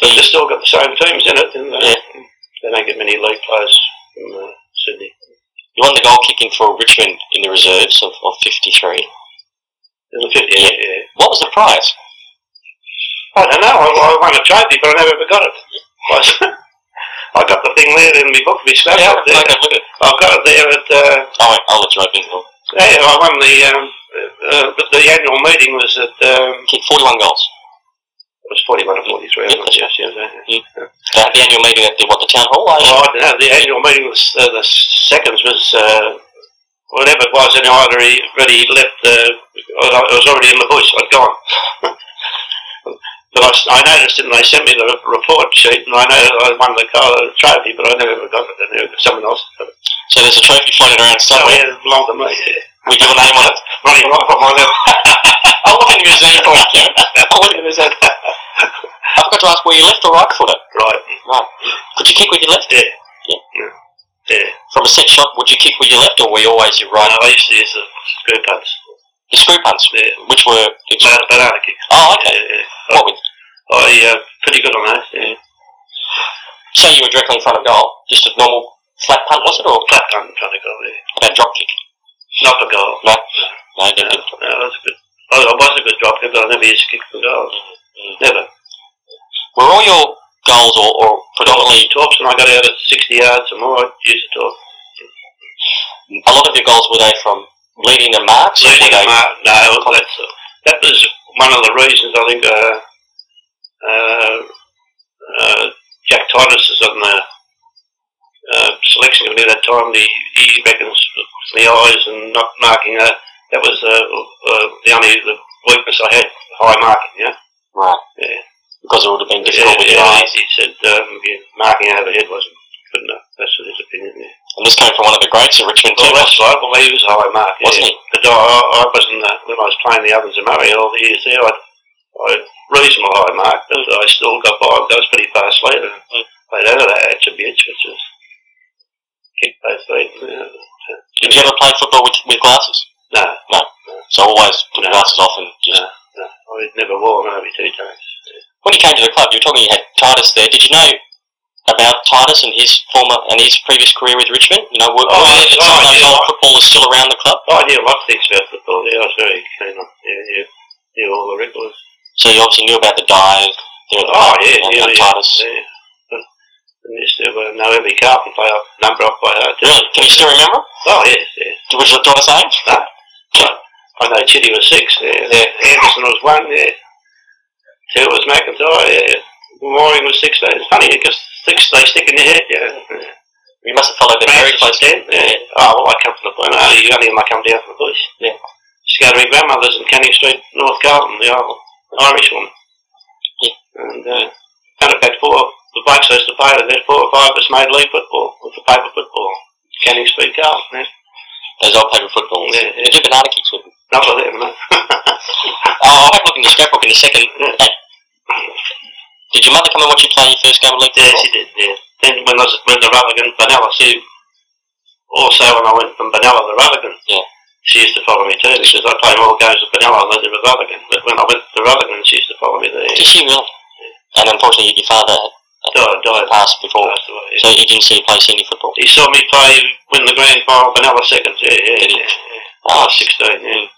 Speaker 2: But they've still got the same teams in it, and uh, they don't get many league players from uh, Sydney.
Speaker 1: You won the goal kicking for Richmond in the reserves of, of 53.
Speaker 2: In the 50, yeah. yeah.
Speaker 1: What was the prize?
Speaker 2: I don't know. I, I won a trophy, but I never ever got it. I, s- I got the thing there in my book, my scrap
Speaker 1: Yeah,
Speaker 2: book
Speaker 1: I
Speaker 2: there.
Speaker 1: can look at it.
Speaker 2: I've got it there at. Uh,
Speaker 1: Oh, I'll let you open it.
Speaker 2: yeah, I won the. Um, uh, but the annual meeting was at. Um,
Speaker 1: Kicked 41 goals.
Speaker 2: it was 41 or 43.
Speaker 1: Yeah,
Speaker 2: I'm not
Speaker 1: that's
Speaker 2: sure. yeah, yeah.
Speaker 1: They had the annual meeting at the, what, the town hall? I
Speaker 2: Well, I don't know. The annual meeting was uh, the seconds was uh, whatever it was. And I had already, already left. Uh, I was already in the bush. I'd gone. but I, s- I noticed it, and they sent me the report sheet, and I know I won the car the trophy, but I never ever got it. I knew it was someone else. got it.
Speaker 1: So there's a trophy floating around
Speaker 2: So
Speaker 1: somewhere
Speaker 2: yeah, it belonged to me. Yeah.
Speaker 1: with your name on it.
Speaker 2: Ronnie Rock on my level.
Speaker 1: I'll look in the museum for it, Kevin. I'll look in the museum. I forgot to ask where you left or right footer.
Speaker 2: Right.
Speaker 1: Right. Could you kick with your left?
Speaker 2: Yeah.
Speaker 1: Yeah.
Speaker 2: Yeah. Yeah.
Speaker 1: From a set shot, would you kick with your left or were you always your right?
Speaker 2: I know, I used to use the screw punts.
Speaker 1: The screw punts,
Speaker 2: Yeah.
Speaker 1: which were... It's,
Speaker 2: Ba- Banana kicks.
Speaker 1: oh, okay.
Speaker 2: Yeah, yeah.
Speaker 1: What with,
Speaker 2: I uh, pretty good on those. Yeah.
Speaker 1: say you were directly in front of goal, just a normal flat punt, was it? Or
Speaker 2: Flat punt in front of goal. Yeah.
Speaker 1: about drop kick?
Speaker 2: Not the goal.
Speaker 1: No. No, they
Speaker 2: No,
Speaker 1: didn't.
Speaker 2: no, I was a good. I was, I was a good dropkick, but I never used to kick for goals.
Speaker 1: Mm.
Speaker 2: Never.
Speaker 1: Were all your goals or, or predominantly
Speaker 2: Torps, and I got out at 60 yards or more, I used to talk.
Speaker 1: a lot of your goals were they from leading the marks? or were
Speaker 2: Leading
Speaker 1: they-
Speaker 2: a mark, no, that's, that was one of the reasons I think uh, uh, uh, Jack Titus is on the uh, selection committee at that time. The, he reckons with the eyes and not marking. Uh, that was uh, uh, the only the weakness I had, high marking, you know.
Speaker 1: Right.
Speaker 2: Yeah.
Speaker 1: Because it would have been difficult
Speaker 2: Yeah,
Speaker 1: with your
Speaker 2: yeah,
Speaker 1: eyes.
Speaker 2: he he said um, yeah, marking overhead wasn't good enough. That's his opinion. Yeah.
Speaker 1: And this came from one of the greats of Richmond
Speaker 2: Well,
Speaker 1: too.
Speaker 2: that's right. Well, he was a high mark. Yeah.
Speaker 1: Wasn't he?
Speaker 2: But I, I I wasn't uh, when I was playing the ovens in Murray all the years there. I, I reasonable high mark, but I still got by. I was pretty fast later.
Speaker 1: Mm.
Speaker 2: Played out of that attributes, which is kick both feet. Yeah.
Speaker 1: Did you ever play football with, with glasses?
Speaker 2: No,
Speaker 1: So always put the
Speaker 2: No.
Speaker 1: glasses off and just.
Speaker 2: No. I never wore them over two times.
Speaker 1: When you came to the club, you were talking you had Titus there. Did you know about Titus and his former and his previous career with Richmond? You know, were,
Speaker 2: Oh,
Speaker 1: were you at the
Speaker 2: oh,
Speaker 1: time those
Speaker 2: yeah.
Speaker 1: old footballers still around the club?
Speaker 2: Oh, I knew a lot of things about football. Yeah, I was very keen on. Yeah, yeah, knew all the records.
Speaker 1: So you obviously knew about the dive. There at the
Speaker 2: Oh,
Speaker 1: club,
Speaker 2: yeah,
Speaker 1: and,
Speaker 2: yeah,
Speaker 1: and
Speaker 2: yeah.
Speaker 1: Titus.
Speaker 2: Yeah. And used to uh, know every card and play off, number off by heart.
Speaker 1: Really? Can you still remember?
Speaker 2: Oh, yes, yes.
Speaker 1: Would you do the same?
Speaker 2: I know Chitty was six, yeah. yeah. Anderson was one, yeah. Two was McIntyre, yeah. Mooring was six. It's funny because six they stick in your head, yeah.
Speaker 1: You must have followed them very
Speaker 2: Francis
Speaker 1: closely.
Speaker 2: Dent, yeah. Oh, well, I come from the bush. No, you only I come down from the bush.
Speaker 1: Yeah.
Speaker 2: She's got her grandmother's in Canning Street, North Carlton, the old Irish woman.
Speaker 1: Yeah.
Speaker 2: And, uh, matter of fact, four, the blokes I used to play with, there's four or five of us made league football, with the paper football. Canning Street Carlton, yeah.
Speaker 1: Those old paper footballs.
Speaker 2: Yeah, yeah.
Speaker 1: You do banana kicks with them.
Speaker 2: Not for them, no.
Speaker 1: Oh, I'll have a look in the scrapbook in a second. At, did your mother come and watch you play your first game of league
Speaker 2: yeah,
Speaker 1: football?
Speaker 2: she did, yeah. Then when I was with the Rutherglen, Benalla, she, also when I went from Benalla to Rutherglen,
Speaker 1: Yeah.
Speaker 2: she used to follow me too, because I played more games with Benalla than I did with Rutherglen. But when I went to Rutherglen, she used to follow me there.
Speaker 1: Did she really? And unfortunately, your father
Speaker 2: died, died
Speaker 1: had passed before,
Speaker 2: passed away.
Speaker 1: so he didn't see you play senior football.
Speaker 2: He saw me play win the grand final Vanilla seconds. Yeah, yeah, yeah. yeah.
Speaker 1: Oh,
Speaker 2: I was 16, yeah. Oh,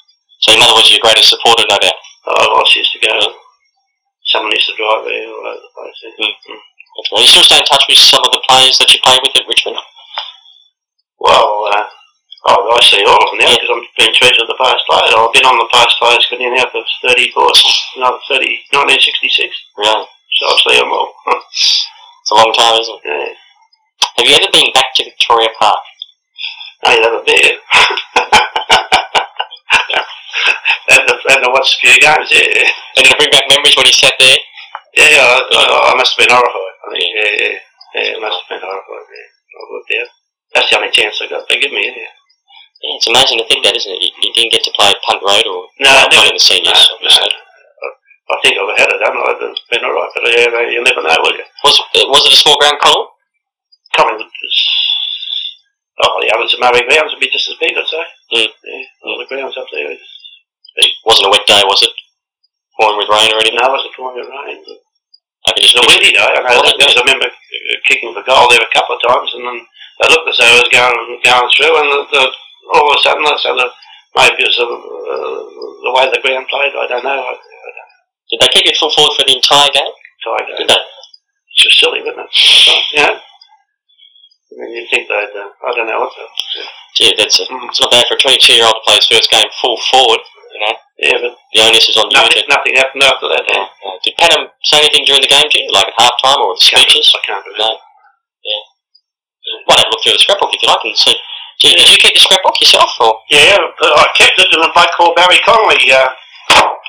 Speaker 1: so your mother was your greatest supporter, no doubt.
Speaker 2: I was used to go. Someone used to drive me all over the place. Yeah.
Speaker 1: Well, you still stay in touch with some of the players that you played with at Richmond?
Speaker 2: Well, uh, Oh, I see all of them now because I've been treasurer of the past load. I've been on the past loads committee now for 30 courses, no, 30, 1966.
Speaker 1: Really?
Speaker 2: So I've seen them all.
Speaker 1: It's a long time, isn't it?
Speaker 2: yeah.
Speaker 1: Have you ever been back to Victoria Park?
Speaker 2: Hey, have a beer. and, the, and the watch a few games, yeah.
Speaker 1: And it bring back memories when you sat there?
Speaker 2: Yeah, I, I, I must have been horrified. I think, yeah, yeah, yeah, I must have been horrified, yeah. I would, yeah. That's the only chance I got. They give me, yeah.
Speaker 1: Yeah, it's amazing to think that, isn't it? You, you didn't get to play punt road or
Speaker 2: No, I
Speaker 1: not
Speaker 2: never,
Speaker 1: in the seniors,
Speaker 2: no,
Speaker 1: obviously.
Speaker 2: I think I've had it done. I've been alright, but yeah, they- you never know, will you?
Speaker 1: Was, uh, was it a small ground, Colin?
Speaker 2: Coming, oh, the others at Murray Grounds would be just as big, I'd say.
Speaker 1: Mm.
Speaker 2: Yeah, all the grounds up there. is-
Speaker 1: Wasn't a wet day, was it? Pouring with rain or anything?
Speaker 2: No, it wasn't pouring with rain.
Speaker 1: I can
Speaker 2: It
Speaker 1: just
Speaker 2: was
Speaker 1: picture-
Speaker 2: a windy day, I know that, because I remember uh, kicking for goal there a couple of times, and then they looked as though it was going, going through, and the, the, all of a sudden, I said, uh, maybe it was the, uh, the way the ground played, I don't know. I, I don't
Speaker 1: Did they keep you full forward for the entire game?
Speaker 2: know. I
Speaker 1: Did
Speaker 2: don't-
Speaker 1: they?
Speaker 2: uh, It's just silly, wasn't it? Yeah. I mean, you'd think they'd, uh, I don't know what the, hmm.
Speaker 1: Gee, that's a, it's not bad for a 22 year old to play his first game full forward.
Speaker 2: yeah, but
Speaker 1: The onus is on you.
Speaker 2: nothing,
Speaker 1: to-
Speaker 2: nothing happened after that. eh?
Speaker 1: Uh, Did Panham say anything during the game to you, like at half time or with speeches?
Speaker 2: I can't remember.
Speaker 1: No. Yeah. Well, have a look through the scrapbook if you like and see. So you, did you keep the scrapbook yourself, or
Speaker 2: Yeah, but I kept it in a bloke called Barry Conley. Uh,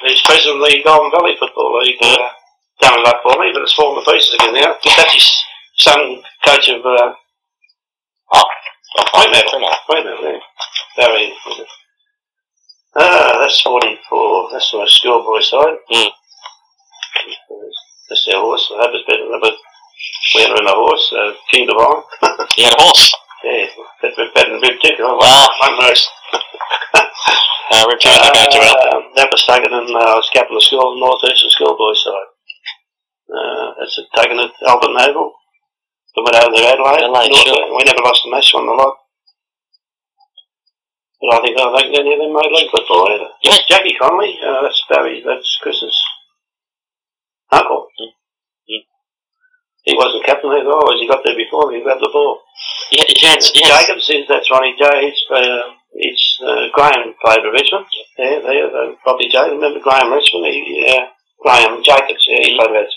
Speaker 2: he's president of the Golden Valley Football League. Uh, done a lot for me, but it's fallen to pieces again now. That's his son, coach of uh,
Speaker 1: or
Speaker 2: I know.
Speaker 1: Primo?
Speaker 2: wait a minute, there. Barry. Ah, that's 44. That's my schoolboy side.
Speaker 1: Mm.
Speaker 2: That's our horse. I hope it's better than but we had her in a horse, uh, King Divine.
Speaker 1: You had a horse.
Speaker 2: Yeah, that's been better than Bib Ticker.
Speaker 1: Wow.
Speaker 2: One race.
Speaker 1: Uh, Rip Taylor going to Ralph.
Speaker 2: Uh, that was taken in uh, was Capital School, the North Eastern Schoolboys side. Uh, that's it, taken at Albert Noble. We went over there Adelaide.
Speaker 1: Adelaide,
Speaker 2: North-
Speaker 1: sure.
Speaker 2: We never lost a match, won the lot. But I think I think any of them made league football either.
Speaker 1: Yeah.
Speaker 2: Jackie Conley, uh, that's Barry, that's Chris's uncle.
Speaker 1: Mm. Mm.
Speaker 2: He wasn't captain either, always. He got there before me, he grabbed the ball.
Speaker 1: You had, you had, you had,
Speaker 2: Jacobs is that's Ronnie J. He's, uh, he's uh, Graham played for Richmond. Yeah, they, they probably J. Remember Graham Richmond? He, uh, Graham Jacobs. Yeah, he played about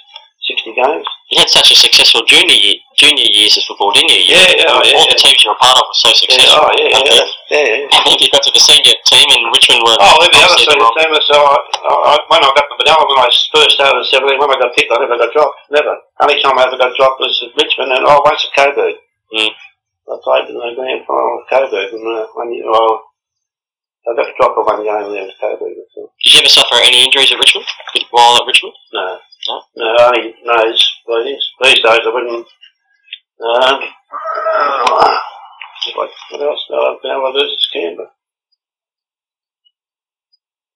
Speaker 2: sixty games.
Speaker 1: you had such a successful junior year, junior years of football, didn't you? You-
Speaker 2: Yeah, yeah,
Speaker 1: all
Speaker 2: yeah,
Speaker 1: All
Speaker 2: yeah.
Speaker 1: the teams you were part of were so
Speaker 2: Yeah,
Speaker 1: successful.
Speaker 2: oh yeah, yeah, yeah. yeah.
Speaker 1: I think you got to the senior team in Richmond were
Speaker 2: Oh, every other
Speaker 1: obviously
Speaker 2: side
Speaker 1: the
Speaker 2: of
Speaker 1: wrong-
Speaker 2: the team. So I, I, when I got the medal, when I first started at seventeen, when I got picked, I never got dropped. Never. Only time I ever got dropped was at Richmond, and oh, once at Coburg.
Speaker 1: Mm.
Speaker 2: I played in the grand final at Coburg, and uh, one year, well, I got dropped for one game there at Coburg. That's all.
Speaker 1: Did you ever suffer any injuries at Richmond? While at Richmond?
Speaker 2: No.
Speaker 1: No?
Speaker 2: No, only nose bleedings. These days I wouldn't. Um, what, what else? No, I've been able to lose this Canberra.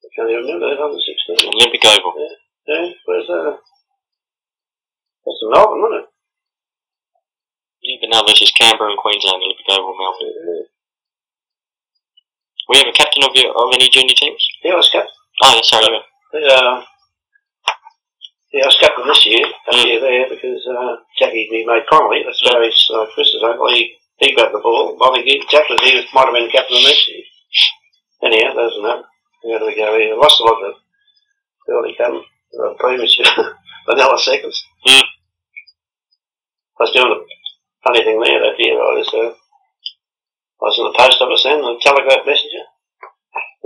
Speaker 2: I can't even remember that on the 16th.
Speaker 1: Olympic Oval.
Speaker 2: Yeah, where's that? That's in Melbourne, wasn't it?
Speaker 1: Yeah, but now versus Canberra and Queensland, Olympic Oval, Melbourne.
Speaker 2: Yeah.
Speaker 1: Were you ever captain of, your, of any junior teams?
Speaker 2: Yeah, I was captain.
Speaker 1: Oh, yeah, sorry. you were.
Speaker 2: Uh, yeah, I was captain this year, that
Speaker 1: Mm.
Speaker 2: year there, because uh, Jackie, me mate Connolly, that's Barry's uh, Chris's uncle, he, he grabbed the ball. I think he, Jackie, he might have been captain next year. Anyhow, that doesn't matter. How do we go here? Lost a lot of early come uh, previous year, vanilla seconds.
Speaker 1: Mm.
Speaker 2: I was doing the funny thing there that year, I was, uh, I was in the post office then, the telegraph messenger.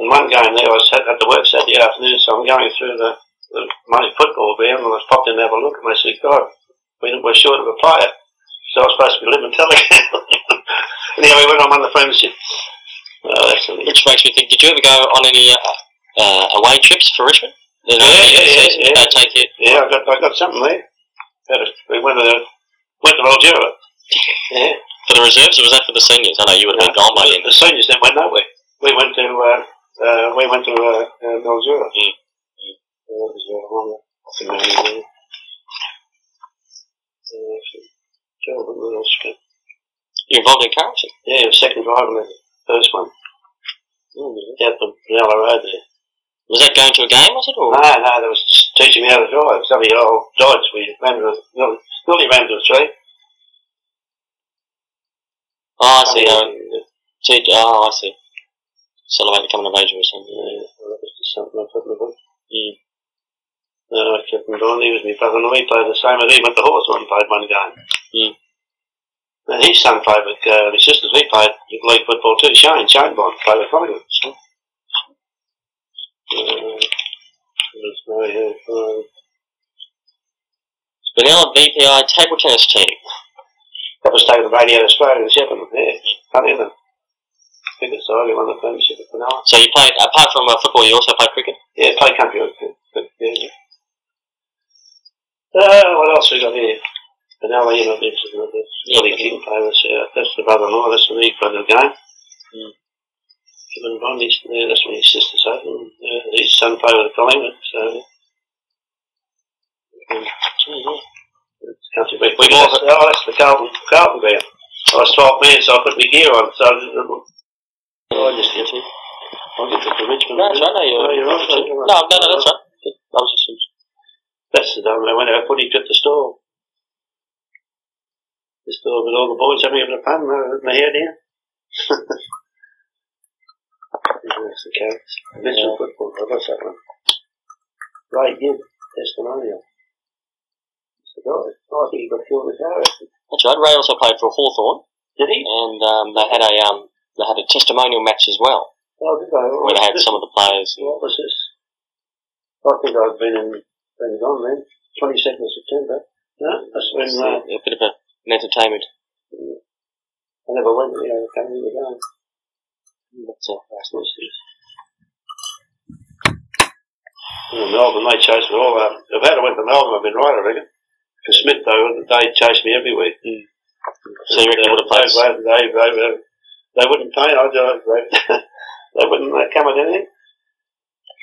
Speaker 2: And one game there, I was at, at the work Saturday afternoon, so I'm going through the, the money football ground and I was popped in to have a look and they said, God, we, we're short of a player. So I was supposed to be living telegram. anyway, we went on one of the friends said, oh, that's an
Speaker 1: Which makes me think, did you ever go on any uh, uh, away trips for Richmond? The- the-
Speaker 2: Yeah, yeah,
Speaker 1: the
Speaker 2: yeah,
Speaker 1: season? Did
Speaker 2: yeah.
Speaker 1: they take you?
Speaker 2: Yeah, I got I got something there. Had a, we went to the, went to Algeria. Yeah,
Speaker 1: For the reserves, or was that for the seniors? I know you would have been gone by then.
Speaker 2: the, the seniors then went nowhere. We went to uh, uh, we went to uh, uh, Algeria.
Speaker 1: Mm.
Speaker 2: Yeah, that was uh, one of the- I think that was, uh, uh, Joe, the little skip.
Speaker 1: You're involved in currency.
Speaker 2: Yeah, the second drive and the first one. Oh, Out the Benalla Road there.
Speaker 1: Was that going to a game, was it? Or?
Speaker 2: No, no, that was just teaching me how to drive. Somebody old Dodge, we ran to, nearly, nearly ran to a tree.
Speaker 1: Oh, I see. Uh, Did oh, I see. Celebrate the coming of age or something.
Speaker 2: Yeah, well, that was just something I put in the book.
Speaker 1: Mm.
Speaker 2: No, I kept him going. He was my brother in law. He played the same as him with the horse one, played one game.
Speaker 1: Hmm.
Speaker 2: And his son played with uh, his sisters. He played league football too. Shane, Shane Bond played with Collingwood. Uh, Hmm. there's no, yeah, uh,
Speaker 1: Vanilla VPI table tennis team.
Speaker 2: that was taken to Radio Australia and Shepard. Yeah, funny, isn't it? I think it's the only one that played Shepard for now.
Speaker 1: So you played apart from uh, football, you also played cricket.
Speaker 2: Yeah, play country. Good, yeah. Uh, what else we got here? E Vanilla, you know, this is this. Billy King play with, uh, that's the brother-in-law, that's the lead brother of the game.
Speaker 1: Mm.
Speaker 2: Kevin Bond, he's, uh, that's when his sister's up, and uh, his son played with Collingwood, so...
Speaker 1: Hmm.
Speaker 2: Um, gee, yeah. It's country big.
Speaker 1: We bought
Speaker 2: oh, that's the Carlton, Carlton Oh, band. I was 12 man, so I put my gear on, so I just... Oh, I just get it. I get to the Richmond.
Speaker 1: No, that's right. No, you're,
Speaker 2: No, you're right.
Speaker 1: No, no, no, that's right. That was just
Speaker 2: That's the time I went out footy at the store. The store with all the boys having a bit of fun, uh, with my hair down. That's the counts. This
Speaker 1: Yeah.
Speaker 2: is football, I lost that one. Right, yeah, testimonial. It's the guy. Oh, I think he got killed in the car. accident.
Speaker 1: that's right. Ray also played for Hawthorn,
Speaker 2: Did he?
Speaker 1: and um, they had a um, they had a testimonial match as well,
Speaker 2: Oh, did I? Oh,
Speaker 1: where they had
Speaker 2: this-
Speaker 1: some of the players. And,
Speaker 2: What was this? I think I've been in, been gone then. 22nd of September. No, that's when, uh,
Speaker 1: a bit of a, an entertainment.
Speaker 2: I never went, you know, I can't remember going.
Speaker 1: That's uh,
Speaker 2: That's what it is. In Melbourne, they chased me all over. If I had went to Melbourne, I'd been right, I reckon. For Smith, though, they chased me everywhere.
Speaker 1: so you reckon it would have played?
Speaker 2: They, they, they, they, they wouldn't pay. I, I- they, they wouldn't uh, come at anything.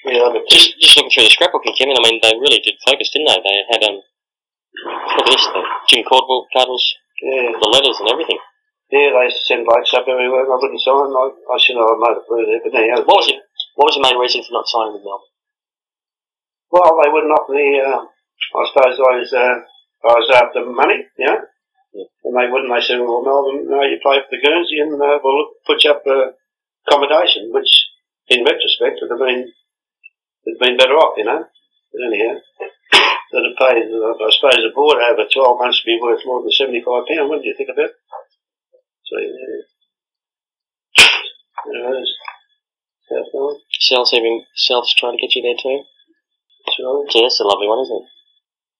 Speaker 2: Yeah, but
Speaker 1: Just just looking through the scrapbooking, Kevin. I mean, they really did focus, didn't they? They had um, look at this thing. Jim Caldwell titles,
Speaker 2: yeah,
Speaker 1: the letters and everything.
Speaker 2: yeah, they send bikes up everywhere. and I wouldn't sign. I, I should have made it through there, but anyhow.
Speaker 1: What was your What was the main reason for not signing with Melbourne?
Speaker 2: Well, they wouldn't offer me. Uh, I suppose I was uh, I was after money, you know.
Speaker 1: Yeah.
Speaker 2: And they wouldn't. They said, "Well, Melbourne, no, you play for the Guernsey, and uh, we'll put you up uh, accommodation," which, in retrospect, would have been would have been better off, you know. But anyhow, that it paid. uh, I suppose a board over twelve months would be worth more than seventy five pound. Wouldn't you think of it? So yeah, there it is. South Melbourne,
Speaker 1: Self's even Self's trying to get you there too.
Speaker 2: that's right.
Speaker 1: Yeah, that's a lovely one, isn't it?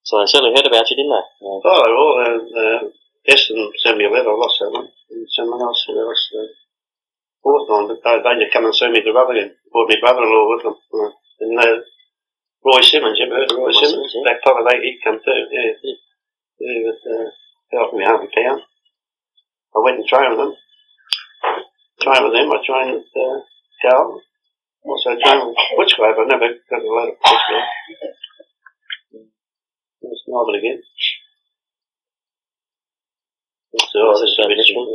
Speaker 1: So they certainly heard about you, didn't they? Yeah.
Speaker 2: Oh, they're all uh, uh, Eston sent me a letter. I lost that one. And someone else, who else, uh, Hawthorne, but they, they just come and see me at the rubber again. Brought my brother-in-law with them. Uh, And uh, Roy Simmons, you ever heard of Roy,
Speaker 1: Roy
Speaker 2: Simmons?
Speaker 1: Simmons, yeah.
Speaker 2: That proper they he'd come too. Yeah,
Speaker 1: Yeah.
Speaker 2: yeah. But, uh, they offered me a hundred pound. I went and trained with them. Trained with them. I trained with uh, Carl. Also trained with Butchgrave. I never got a load of Butchgrave. It's not it again. So I
Speaker 1: That's
Speaker 2: just
Speaker 1: about
Speaker 2: got Richmond.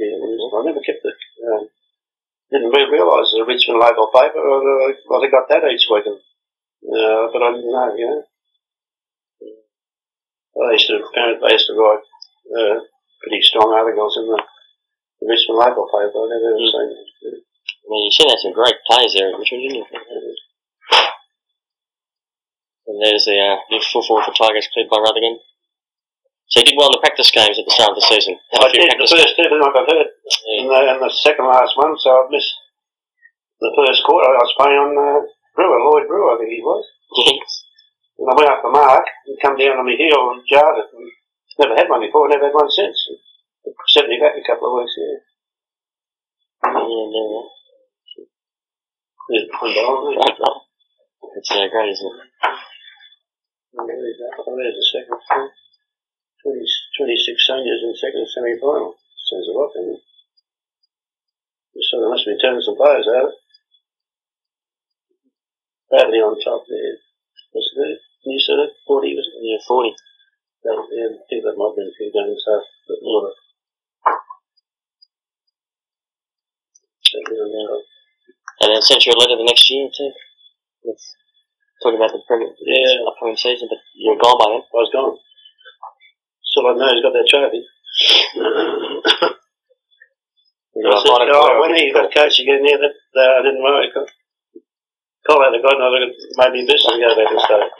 Speaker 2: Yeah, it is. I never kept it. Um, didn't really realise the Richmond local paper. I, I, I got that each week, and, uh, but I didn't know. You know, I used to parent. They used to write uh, pretty strong articles in the, the Richmond local paper. I never
Speaker 1: Mm.
Speaker 2: seen. It.
Speaker 1: I mean, you should have some great players there at Richmond, didn't you? And there's the uh, new full forward for Tigers cleared by Rutherglen. So you did well in the practice games at the start of the season. Had a
Speaker 2: I
Speaker 1: few
Speaker 2: did the
Speaker 1: practice
Speaker 2: first two, but then I got hurt.
Speaker 1: Yeah.
Speaker 2: and, the, and the second last one, so I missed the first quarter. I was playing on uh, Brewer, Lloyd Brewer, I think he was.
Speaker 1: games.
Speaker 2: And I went up the mark and come down on my heel and jarred it. And never had one before, never had one since. It set me back a couple of weeks, yeah.
Speaker 1: Yeah, no.
Speaker 2: Yeah, I'm down. Yeah,
Speaker 1: Right, right. It's uh, great, isn't it?
Speaker 2: I'm really down. Oh, there's the second one. 20, 26 seniors in second semi final. Sounds a lot, doesn't it? So they must be turning some players out. Badly on top there. What's the new set of 40 was it?
Speaker 1: Yeah, 40.
Speaker 2: That, yeah, I think that might have been a few games after, but more of a.
Speaker 1: And then sent you a letter the next year, too. With, talking about the Premier
Speaker 2: Yeah.
Speaker 1: upcoming season, but you were gone by then.
Speaker 2: I was gone. So I know he's got that trophy.
Speaker 1: You guys I'm not
Speaker 2: oh,
Speaker 1: aware of
Speaker 2: when
Speaker 1: it
Speaker 2: he
Speaker 1: at all.
Speaker 2: got coach again there, that uh, didn't work. Call out the guy, and I look at maybe this is go back and start.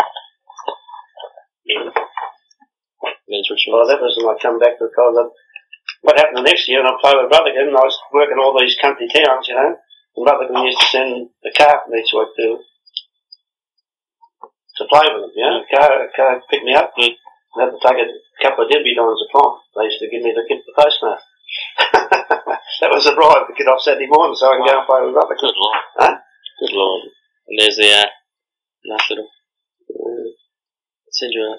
Speaker 1: There's Richard.
Speaker 2: Well, that was when I come back because of what happened the next year, and I played with Rutherglen, and I was working all these country towns, you know, and Rutherglen used to send the car for me to work to, to play with them, you know, car, car picked me up,
Speaker 3: Mm.
Speaker 2: and had to take a couple of debutants a prom. They used to give me the gift of the postmark. that was a bribe to get off Saturday morning so I can go and play with Rutherglen.
Speaker 1: Good lord.
Speaker 2: Huh?
Speaker 1: Good lord. And there's the uh, nice little
Speaker 2: Eh,
Speaker 1: uh, send you a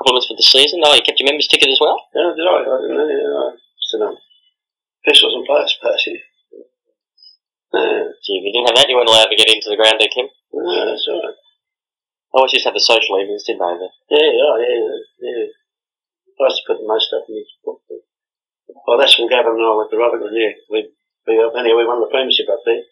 Speaker 1: compliments for the season. Oh, you kept your members ticket as well.
Speaker 2: Yeah, did I? I didn't know. Yeah, I just didn't know. Officials and players, Percy. Yeah,
Speaker 1: Gee, if you didn't have that, you weren't allowed to get into the ground, there, Tim.
Speaker 2: yeah, that's all right.
Speaker 1: Oh, I always used to have the social evenings, didn't I? The-
Speaker 2: Yeah, yeah, yeah, yeah. I used to put the most stuff in his book. Well, that's from Gavin and I went to Rutherford, yeah. We, we, anyway, we won the premiership up there.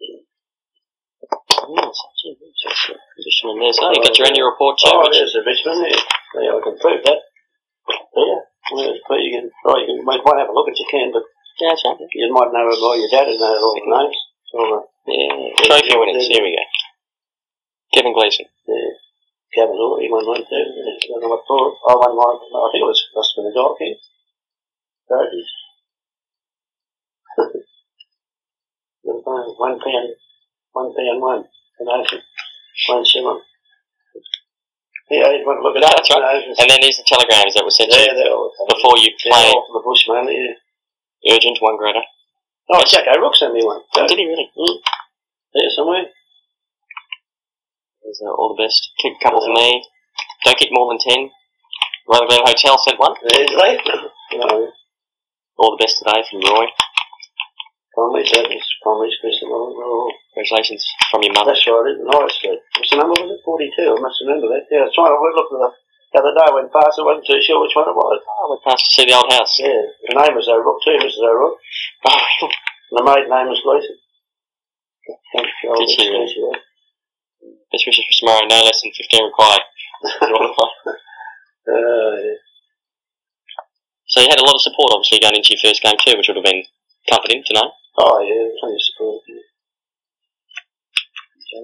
Speaker 1: Yes, gee, that's a position on there. So Oh, you got your annual report too,
Speaker 2: oh,
Speaker 1: Richard.
Speaker 2: there's the Richmond, yeah. Yeah, I can prove that. Yeah, well, it's pretty, you can, oh, you, can, might have a look at you can, but
Speaker 1: Yeah, that's right.
Speaker 2: you might know, well, your dad would know all the names. uh, All the,
Speaker 1: Yeah, trophy winners. Here we go. Kevin Gleeson.
Speaker 2: Yeah. Gavin Hall, he won one too. I don't know what for. I won mine. I think it was must have been a goal kick. Thirties. one pound, one pound one. An ocean. One shilling. Yeah, you want to look at
Speaker 1: No,
Speaker 2: that?
Speaker 1: that's right.
Speaker 2: you know, it's-
Speaker 1: And then these are telegrams that were sent to you
Speaker 2: Yeah, they're all
Speaker 1: before you
Speaker 2: they're
Speaker 1: played.
Speaker 2: all from Oh, the bush, man. Yeah.
Speaker 1: Urgent, one grader.
Speaker 2: Oh, Jacko Rook sent me one. So,
Speaker 1: Did he really?
Speaker 2: there somewhere.
Speaker 1: These are all the best. Kick a couple for me. Don't kick more than ten. Rutherglen Hotel sent one.
Speaker 2: There's Lakeman. You know,
Speaker 1: All the best today from Roy.
Speaker 2: Conley's, Evans, Conley's, Chris, and all. they're all-
Speaker 1: Congratulations from your mother.
Speaker 2: Oh, That's right, it's nice. Street. What's the number? Was it 42? I must remember that. Yeah, I was trying to look at the, the other day, I went past, I wasn't too sure which one it was.
Speaker 1: Oh, we're past to see the old house.
Speaker 2: Yeah, her name was O'Rourke too, Mrs. O'Rourke.
Speaker 1: Oh,
Speaker 2: And the maid name was Gleason. Thank you, old
Speaker 1: Did she
Speaker 2: Mrs.
Speaker 1: really?
Speaker 2: Gleason, yeah.
Speaker 1: best wishes for tomorrow. No less than fifteen required. You're all fine.
Speaker 2: Uh, yeah.
Speaker 1: so you had a lot of support, obviously, going into your first game too, which would have been comforting to know.
Speaker 2: Oh, yeah, plenty of support. Yeah,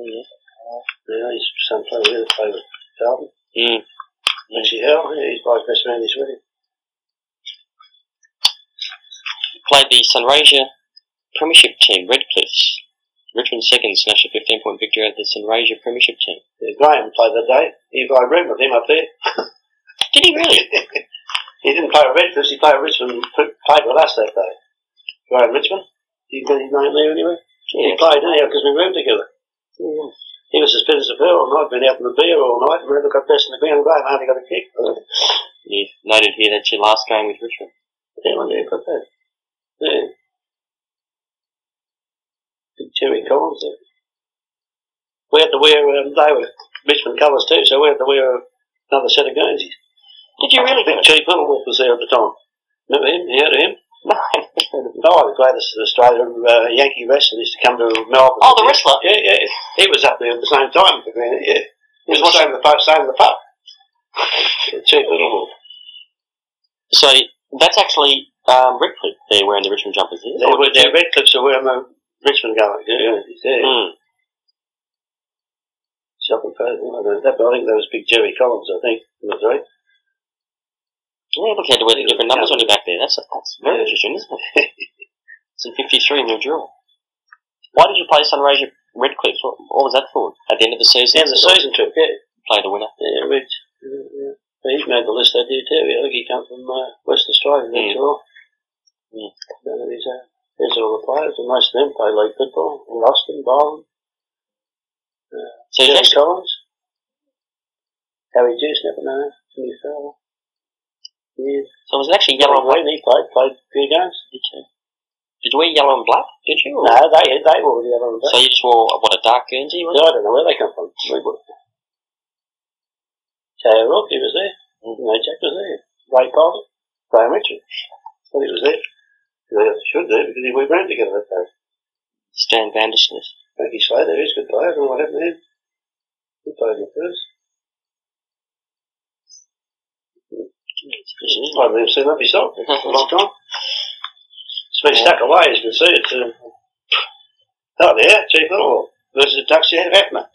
Speaker 2: yeah he's some player, yeah, play with Carlton.
Speaker 1: Mm.
Speaker 2: Richie Hill, yeah, he's my best man this wedding.
Speaker 1: Played the Sunraysia Premiership team, Redcliffe's. Richmond second snatched a 15 point victory over the Sunraysia Premiership team.
Speaker 2: Yeah, Graham played that day. He, I room with him up there.
Speaker 1: Did he really?
Speaker 2: He didn't play at Redford, he played at Richmond, p- played with us that day. Right, Richmond? Do you get his name there anyway? He
Speaker 1: Yeah.
Speaker 2: played anyhow because we roomed together. He was as fit as a pearl, and I'd been out in the beer all night, and Randall got best in the ground, Graham hardly got a kick.
Speaker 1: You've noted here that's your last game with Richmond.
Speaker 2: Yeah, one day he got that. Yeah. Big Terry Collins there. We had to wear, um, they were Richmond colours too, so we had to wear another set of guernseys.
Speaker 1: Did you really?
Speaker 2: Big Chief Littlewolf was there at the time. Remember him? You heard of him? No, the greatest in Australia, uh, Yankee wrestler, used to come to Melbourne.
Speaker 1: Oh, the wrestler.
Speaker 2: Yeah, yeah. He was up there at the same time. I mean, yeah. He was watching the post, same the pub. Yeah, Chief Littlewolf.
Speaker 1: So that's actually um, Redcliffe there wearing the Richmond jumpers. Is
Speaker 2: They were, their red clips are wearing the Richmond going. Yeah, Hmm. yeah.
Speaker 1: Mm.
Speaker 2: Shopping first. I, don't know. that, I think that was Big Jerry Collins, I think. That's right.
Speaker 1: Yeah, look, you had to wear the different numbers on your back there. That's, that's very
Speaker 2: Yeah.
Speaker 1: interesting, isn't it? it's in 53 in your drill. Why did you play Sunraysia Redcliffe? What, what was that for? At the end of the season?
Speaker 2: Yeah, the season trip, yeah.
Speaker 1: Play the winner.
Speaker 2: Yeah, Rich. Yeah, yeah. He's made the list I did too. I think he come from uh, West Australia, that's
Speaker 1: Mm.
Speaker 2: all.
Speaker 1: Mm.
Speaker 2: So he's, uh, there's all the players, and most of them play league football. And Austin, Bowen,
Speaker 1: So you
Speaker 2: Jerry
Speaker 1: actually,
Speaker 2: Collins, Harry Juice, never know, Jimmy Fowler. Yeah,
Speaker 1: so was it actually yellow
Speaker 2: Yellow
Speaker 1: and black?
Speaker 2: Wayne, he played, played a few games.
Speaker 1: Did you, did you wear yellow and black? Did you? or-
Speaker 2: No, they, they were the other one.
Speaker 1: So you just wore, what, a dark Guernsey? Was
Speaker 2: Yeah, I don't know where they come from. They were- Jay Rock, he was there. You know, Jack was there. Ray Carter, Graham Richard. Well, he was there. They should do because he- we ran together that day.
Speaker 1: it? Stan Vandersmith.
Speaker 2: Frankie Slater, he's a good player. I don't know what happened to him. He played in the first. He's played with himself up himself for a long time. It's Been stuck away, as you can see. It's uh, oh there, cheap little versus a duck's head of Atma.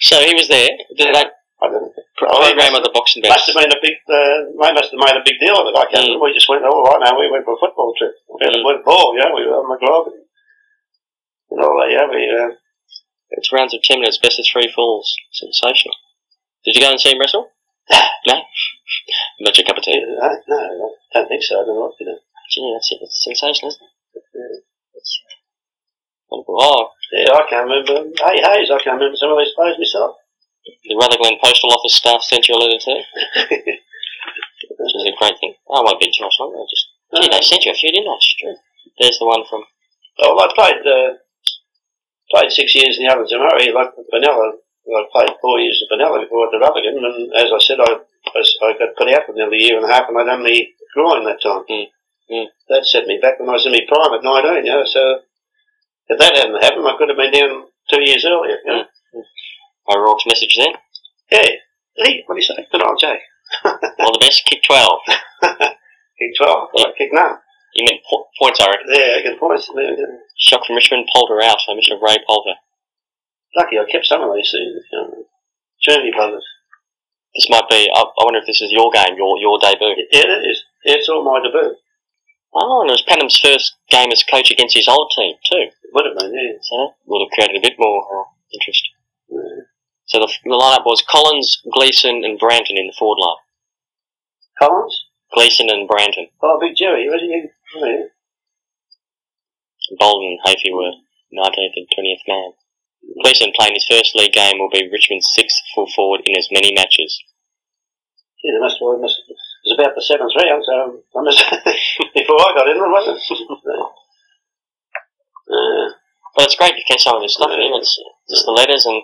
Speaker 1: So he was there. Did that
Speaker 2: I don't know. Probably
Speaker 1: program of
Speaker 2: must,
Speaker 1: the boxing
Speaker 2: must
Speaker 1: bouts?
Speaker 2: have been a big. Uh, they must have made a big deal of it. I can't.
Speaker 1: Mm.
Speaker 2: We just went. Oh, right now we went for a football trip. We had a
Speaker 1: Mm.
Speaker 2: went ball. Yeah, we were on the globe. And, and all that. Yeah, we. Uh,
Speaker 1: It's rounds of ten minutes, best of three falls. Sensational. Did you go and see him wrestle? no. Not your cup of tea.
Speaker 2: no, no, I don't think so. I don't know. You know.
Speaker 1: Gee, that's it. It's sensational, isn't it? It's wonderful. Oh,
Speaker 2: Yeah, I can't remember. Hey, Hayes, I can't remember some of these plays myself.
Speaker 1: the Rutherglen Postal Office staff sent you a letter too, which is a great thing. Oh, I won't be too much longer. I just, gee, they sent you a few, didn't they? Sure. There's the one from,
Speaker 2: Well, I played uh, played six years in the Ovens and Murray, like Vanilla. I played four years at Vanilla before at the Rutherglen, and as I said, I, I s- I got put out for nearly a year and a half, and I'd only groin that time.
Speaker 1: Mm. Mm.
Speaker 2: That set me back when I was in my prime at 19, you know, so if that hadn't happened, I could have been down two years earlier, you know.
Speaker 1: O'Rourke's message then.
Speaker 2: Yeah. Lee, what do you say? Good old Jay.
Speaker 1: All the best, kick 12.
Speaker 2: Kick 12,
Speaker 1: Yeah.
Speaker 2: kick none.
Speaker 1: You meant po- points, I reckon.
Speaker 2: There, good points. There, yeah.
Speaker 1: Shock from Richmond, Polder out. I miss a Ray Polder.
Speaker 2: Lucky I kept some of these things. You know. Journey Brothers.
Speaker 1: This might be, I, I wonder if this is your game, your, your debut.
Speaker 2: Yeah, it is. Yeah, it's all my debut.
Speaker 1: Oh, and it was Panham's first game as coach against his old team, too.
Speaker 2: It would have been, yeah.
Speaker 1: So that would have created a bit more uh, interest.
Speaker 2: Yeah.
Speaker 1: So the, the lineup was Collins, Gleason, and Branton in the forward line.
Speaker 2: Collins?
Speaker 1: Gleason and Branton.
Speaker 2: Oh, Big Jerry, wasn't he? Yeah.
Speaker 1: Bolden and Hafey were 19th and 20th man. Gleason playing his first league game will be Richmond's sixth full forward in as many matches.
Speaker 2: Gee, they must have, must have, it was about the seventh round, so I must, before I got in, it wasn't. uh,
Speaker 1: But it's great to catch some of this stuff. Yeah. It's just the letters and.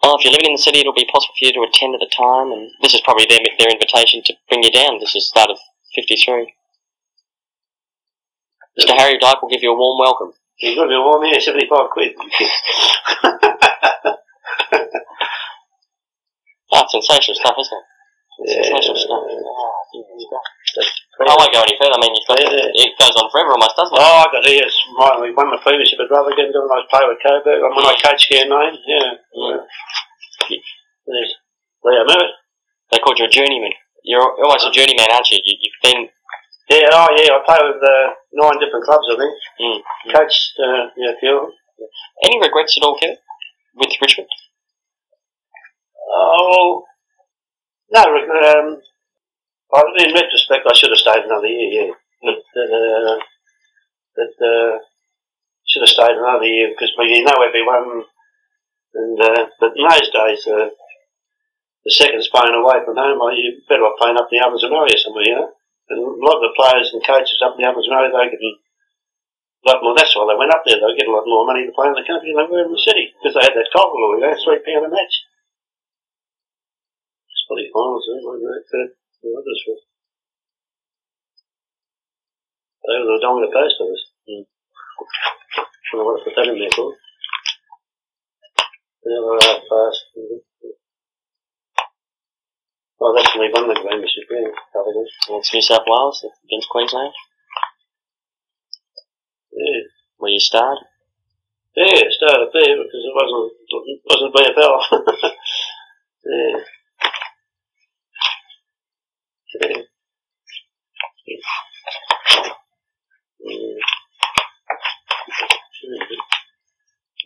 Speaker 1: Oh, if you're living in the city, it'll be possible for you to attend at the time. And this is probably their their invitation to bring you down. This is the start of '53. Mr. Harry Dyke will give you a warm welcome.
Speaker 2: he's going to be warm here, 75 quid.
Speaker 1: Ah, it's sensational stuff, isn't it? It's
Speaker 2: Yeah.
Speaker 1: Sensational stuff. Ah, yeah, it's great. I won't go any further. I mean, you've got,
Speaker 2: Yeah, yeah.
Speaker 1: it goes on forever almost, doesn't it?
Speaker 2: Oh, I got ears. Mine, we won the premiership at Rutherglen, got a nice play with Coburg. I'm on my coach here, name. Yeah.
Speaker 1: Mm.
Speaker 2: There's Leo Merritt.
Speaker 1: They called you a journeyman. You're almost a journeyman, aren't you? you you've been
Speaker 2: Yeah, oh yeah, I play with uh, nine different clubs, I think.
Speaker 1: Mm.
Speaker 2: Coached, uh, yeah, a few of them.
Speaker 1: any regrets at all, Kevin, with Richmond?
Speaker 2: Oh, no, um, I, in retrospect, I should have stayed another year, yeah. But, uh, but, uh, should have stayed another year because you know everyone. And, uh, but in those days, uh, the second spine away from home, well, you better off playing up in the ovens and area somewhere, you know. And a lot of the players and coaches up in the ovens and area, they could lot more. That's why they went up there. They get a lot more money to play in the country than they were in the city because they had that cold law, you know, three pound a match. It's bloody finals, isn't it? wasn't it? Third, the others were. They were the dominant post of us. Mm. I don't know what to put that in there for. They were out fast. Oh, that's when they won the game, should be.
Speaker 1: Against New South Wales, against Queensland,
Speaker 2: Yeah.
Speaker 1: where you starred.
Speaker 2: Yeah, it started there because it wasn't it wasn't BFL. yeah. yeah. Yeah.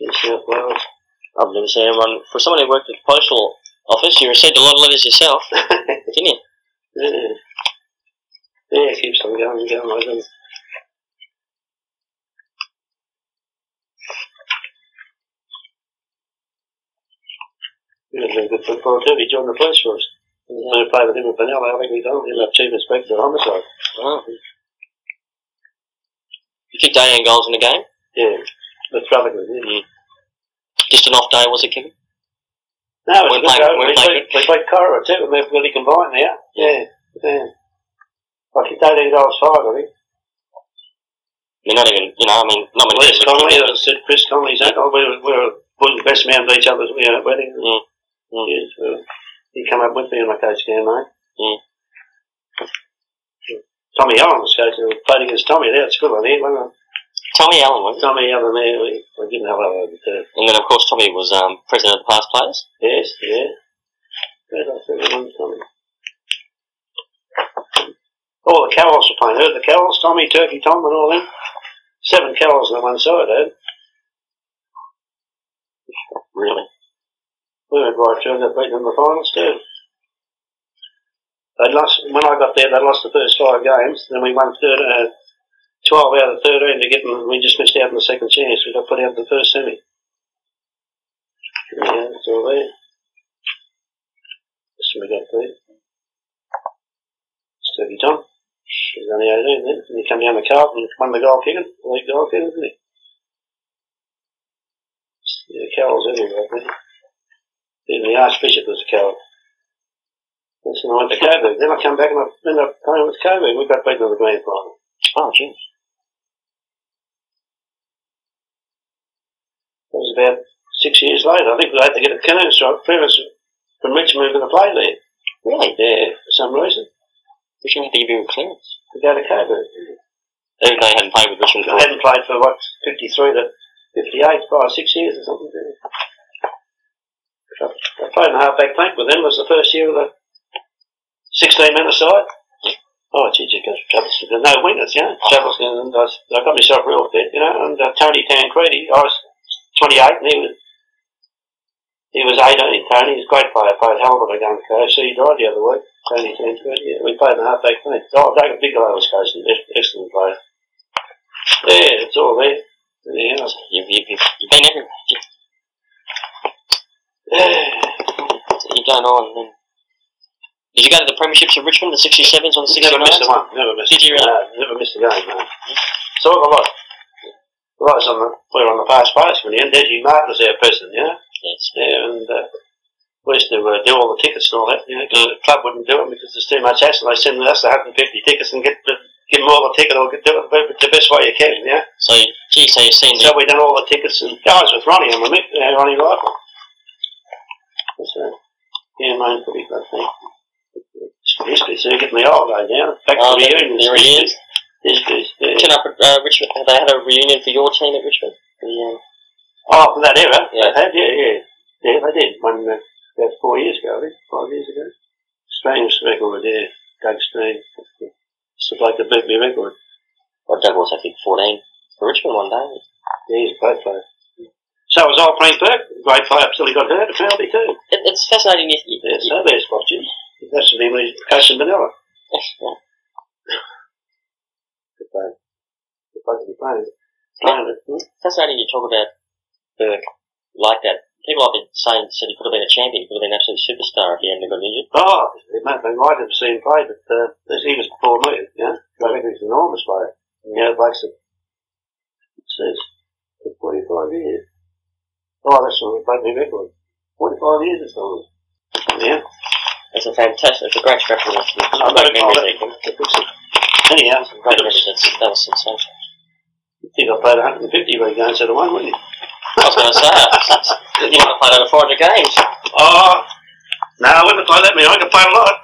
Speaker 2: New South Wales.
Speaker 1: I've never seen anyone. For someone who worked at the postal office, you received a lot of letters yourself, didn't you?
Speaker 2: yeah. Yeah, it keeps on going and going like that. He was a good footballer too. He joined the police force. When I played with him in Penella, I think he done. He left chief inspector of homicide.
Speaker 1: Oh. You kicked 18 goals in a game.
Speaker 2: Yeah, that's Rutherglen. Yeah.
Speaker 1: Just an off day, was it, Kevin?
Speaker 2: No, it's
Speaker 1: We're
Speaker 2: good.
Speaker 1: playing-
Speaker 2: though.
Speaker 1: we're
Speaker 2: we
Speaker 1: playing
Speaker 2: played, we played Cora too, and they've really combined now. Yeah, yeah. I kicked 18 dollars five, I think.
Speaker 1: I mean, not even, you know, I mean, not many
Speaker 2: Chris
Speaker 1: people-
Speaker 2: Conley, I said Chris Conley's that. Oh, we were, we were putting the best man to each other's you know, wedding.
Speaker 1: Mm. Mm.
Speaker 2: Yes, well, he come up with me on my coach game, mate.
Speaker 1: Mm.
Speaker 2: Tommy Allen's coaching, played against Tommy there at school, I think, wasn't it?
Speaker 1: Tommy Allen was.
Speaker 2: Tommy Allen there, we, we didn't have other than that.
Speaker 1: And then, of course, Tommy was um, president of the past players.
Speaker 2: Yes, yeah. Where did I see the one Tommy? All Oh, the Carrolls were playing, heard the Carrolls, Tommy, Turkey Tom and all them. Seven Carrolls on one side, eh?
Speaker 1: Really?
Speaker 2: We went right through and got beaten in the finals too. They lost when I got there. They lost the first five games. Then we won thir uh, twelve out of thirteen to get them. We just missed out on the second chance. We got put out in the first semi. Yeah, it's all there. That's what we got there. Sturdy Tom. He's only 18 then. And he come down the cart and won the goal kicking. League goal kicking, didn't he? Yeah, Carol's everywhere, I think. Even the Archbishop was a coward. That's when I went to COVID. Then I come back and I ended up playing with COVID. We got beaten in the grand final.
Speaker 1: Oh, jeez.
Speaker 2: That was about six years later. I think we had to get a canoe strike premise from Richmond to play there.
Speaker 1: Really?
Speaker 2: Yeah, for some reason.
Speaker 1: We should have to give you a clearance.
Speaker 2: We go to COVID.
Speaker 1: Even though you hadn't played with Richmond
Speaker 2: I
Speaker 1: before.
Speaker 2: hadn't played for what, 53 to 58, five, six years or something. didn't I? I played in halfback plank with them. It was the first year of the 16 minute side. Oh, gee, you got troubles. There's no wingers, you know. Troubles, and I, s- I got myself real fit, you know. And uh, Tony Tancredi, I was 28 and he was he was 18. Tony, he's a great player. Played a hell of a game coach. He died the other week. Tony Tancredi. Yeah, we played in the halfback plank. Oh, David Bigelow was coaching. Ex- Excellent player. Yeah, Eh, it's all there. Anything else?
Speaker 1: You've, you've, you've you've been everywhere.
Speaker 2: Eh,
Speaker 1: You've, you've done on. And did you go to the premierships of Richmond, the 67s or the 69s?
Speaker 2: never missed a one. Never missed.
Speaker 1: Did you uh, really?
Speaker 2: No, never missed a game. No. So a lot. A lot was on the we were on the fast pace when the end. Deji Martin was our person, you know.
Speaker 1: Yes.
Speaker 2: Yeah, and uh, we used to uh, do all the tickets and all that. You know, 'cause the club wouldn't do it because there's too much hassle. They send us 150 tickets and get the, give them all the ticket or get, do it the- the best way you can. Yeah.
Speaker 1: So, gee, so you've seen the.
Speaker 2: So we done all the tickets and guys with Ronnie and we met uh, Ronnie Rifle. That's a yeah, main footy club thing. History, so you're getting the old day now. Back
Speaker 1: Oh,
Speaker 2: to
Speaker 1: the-
Speaker 2: reunions.
Speaker 1: the reunions.
Speaker 2: Histories, yeah.
Speaker 1: Turn up at uh, Richmond. Have they had a reunion for your team at Richmond? The, uh,
Speaker 2: Oh, from that era?
Speaker 1: Yeah.
Speaker 2: They had, yeah, yeah. Yeah, they did. One uh, about four years ago, I think, five years ago. Strange record, yeah. Doug Strange. It's the bloke that beat me record.
Speaker 1: uh, well, Doug was, I think, 14 for Richmond one day.
Speaker 2: Yeah, he's a great player. So was old Frank Burke, great player till he got hurt, apparently too.
Speaker 1: It, it's fascinating. You, you,
Speaker 2: Yeah, so there's watching. That's the memory of Coach Manila.
Speaker 1: you-
Speaker 2: If they, if they could be playing, playing it. Hmm?
Speaker 1: fascinating you talk about Burke like that. People have been saying said he could have been a champion, he could have been an absolute superstar if he hadn't have got injured.
Speaker 2: Oh, they might, they might have seen play, but uh, he was before me, you know. I reckon he's an enormous player. You know, blokes that says, for 45 years. Oh, that's what would make me record. 45 years or something. Yeah.
Speaker 1: It's a fantastic, it's a great scrap of work.
Speaker 2: I
Speaker 1: Great
Speaker 2: don't know.
Speaker 1: memories,
Speaker 2: that-
Speaker 1: Ethan.
Speaker 2: that looks it. Anyhow,
Speaker 1: Great memories. That's, that was sensational.
Speaker 2: I think I played 150 league games at a one, wouldn't you?
Speaker 1: I was going to say, you might have played over 400 games.
Speaker 2: Oh, no, I wouldn't have played that many. I could play a lot.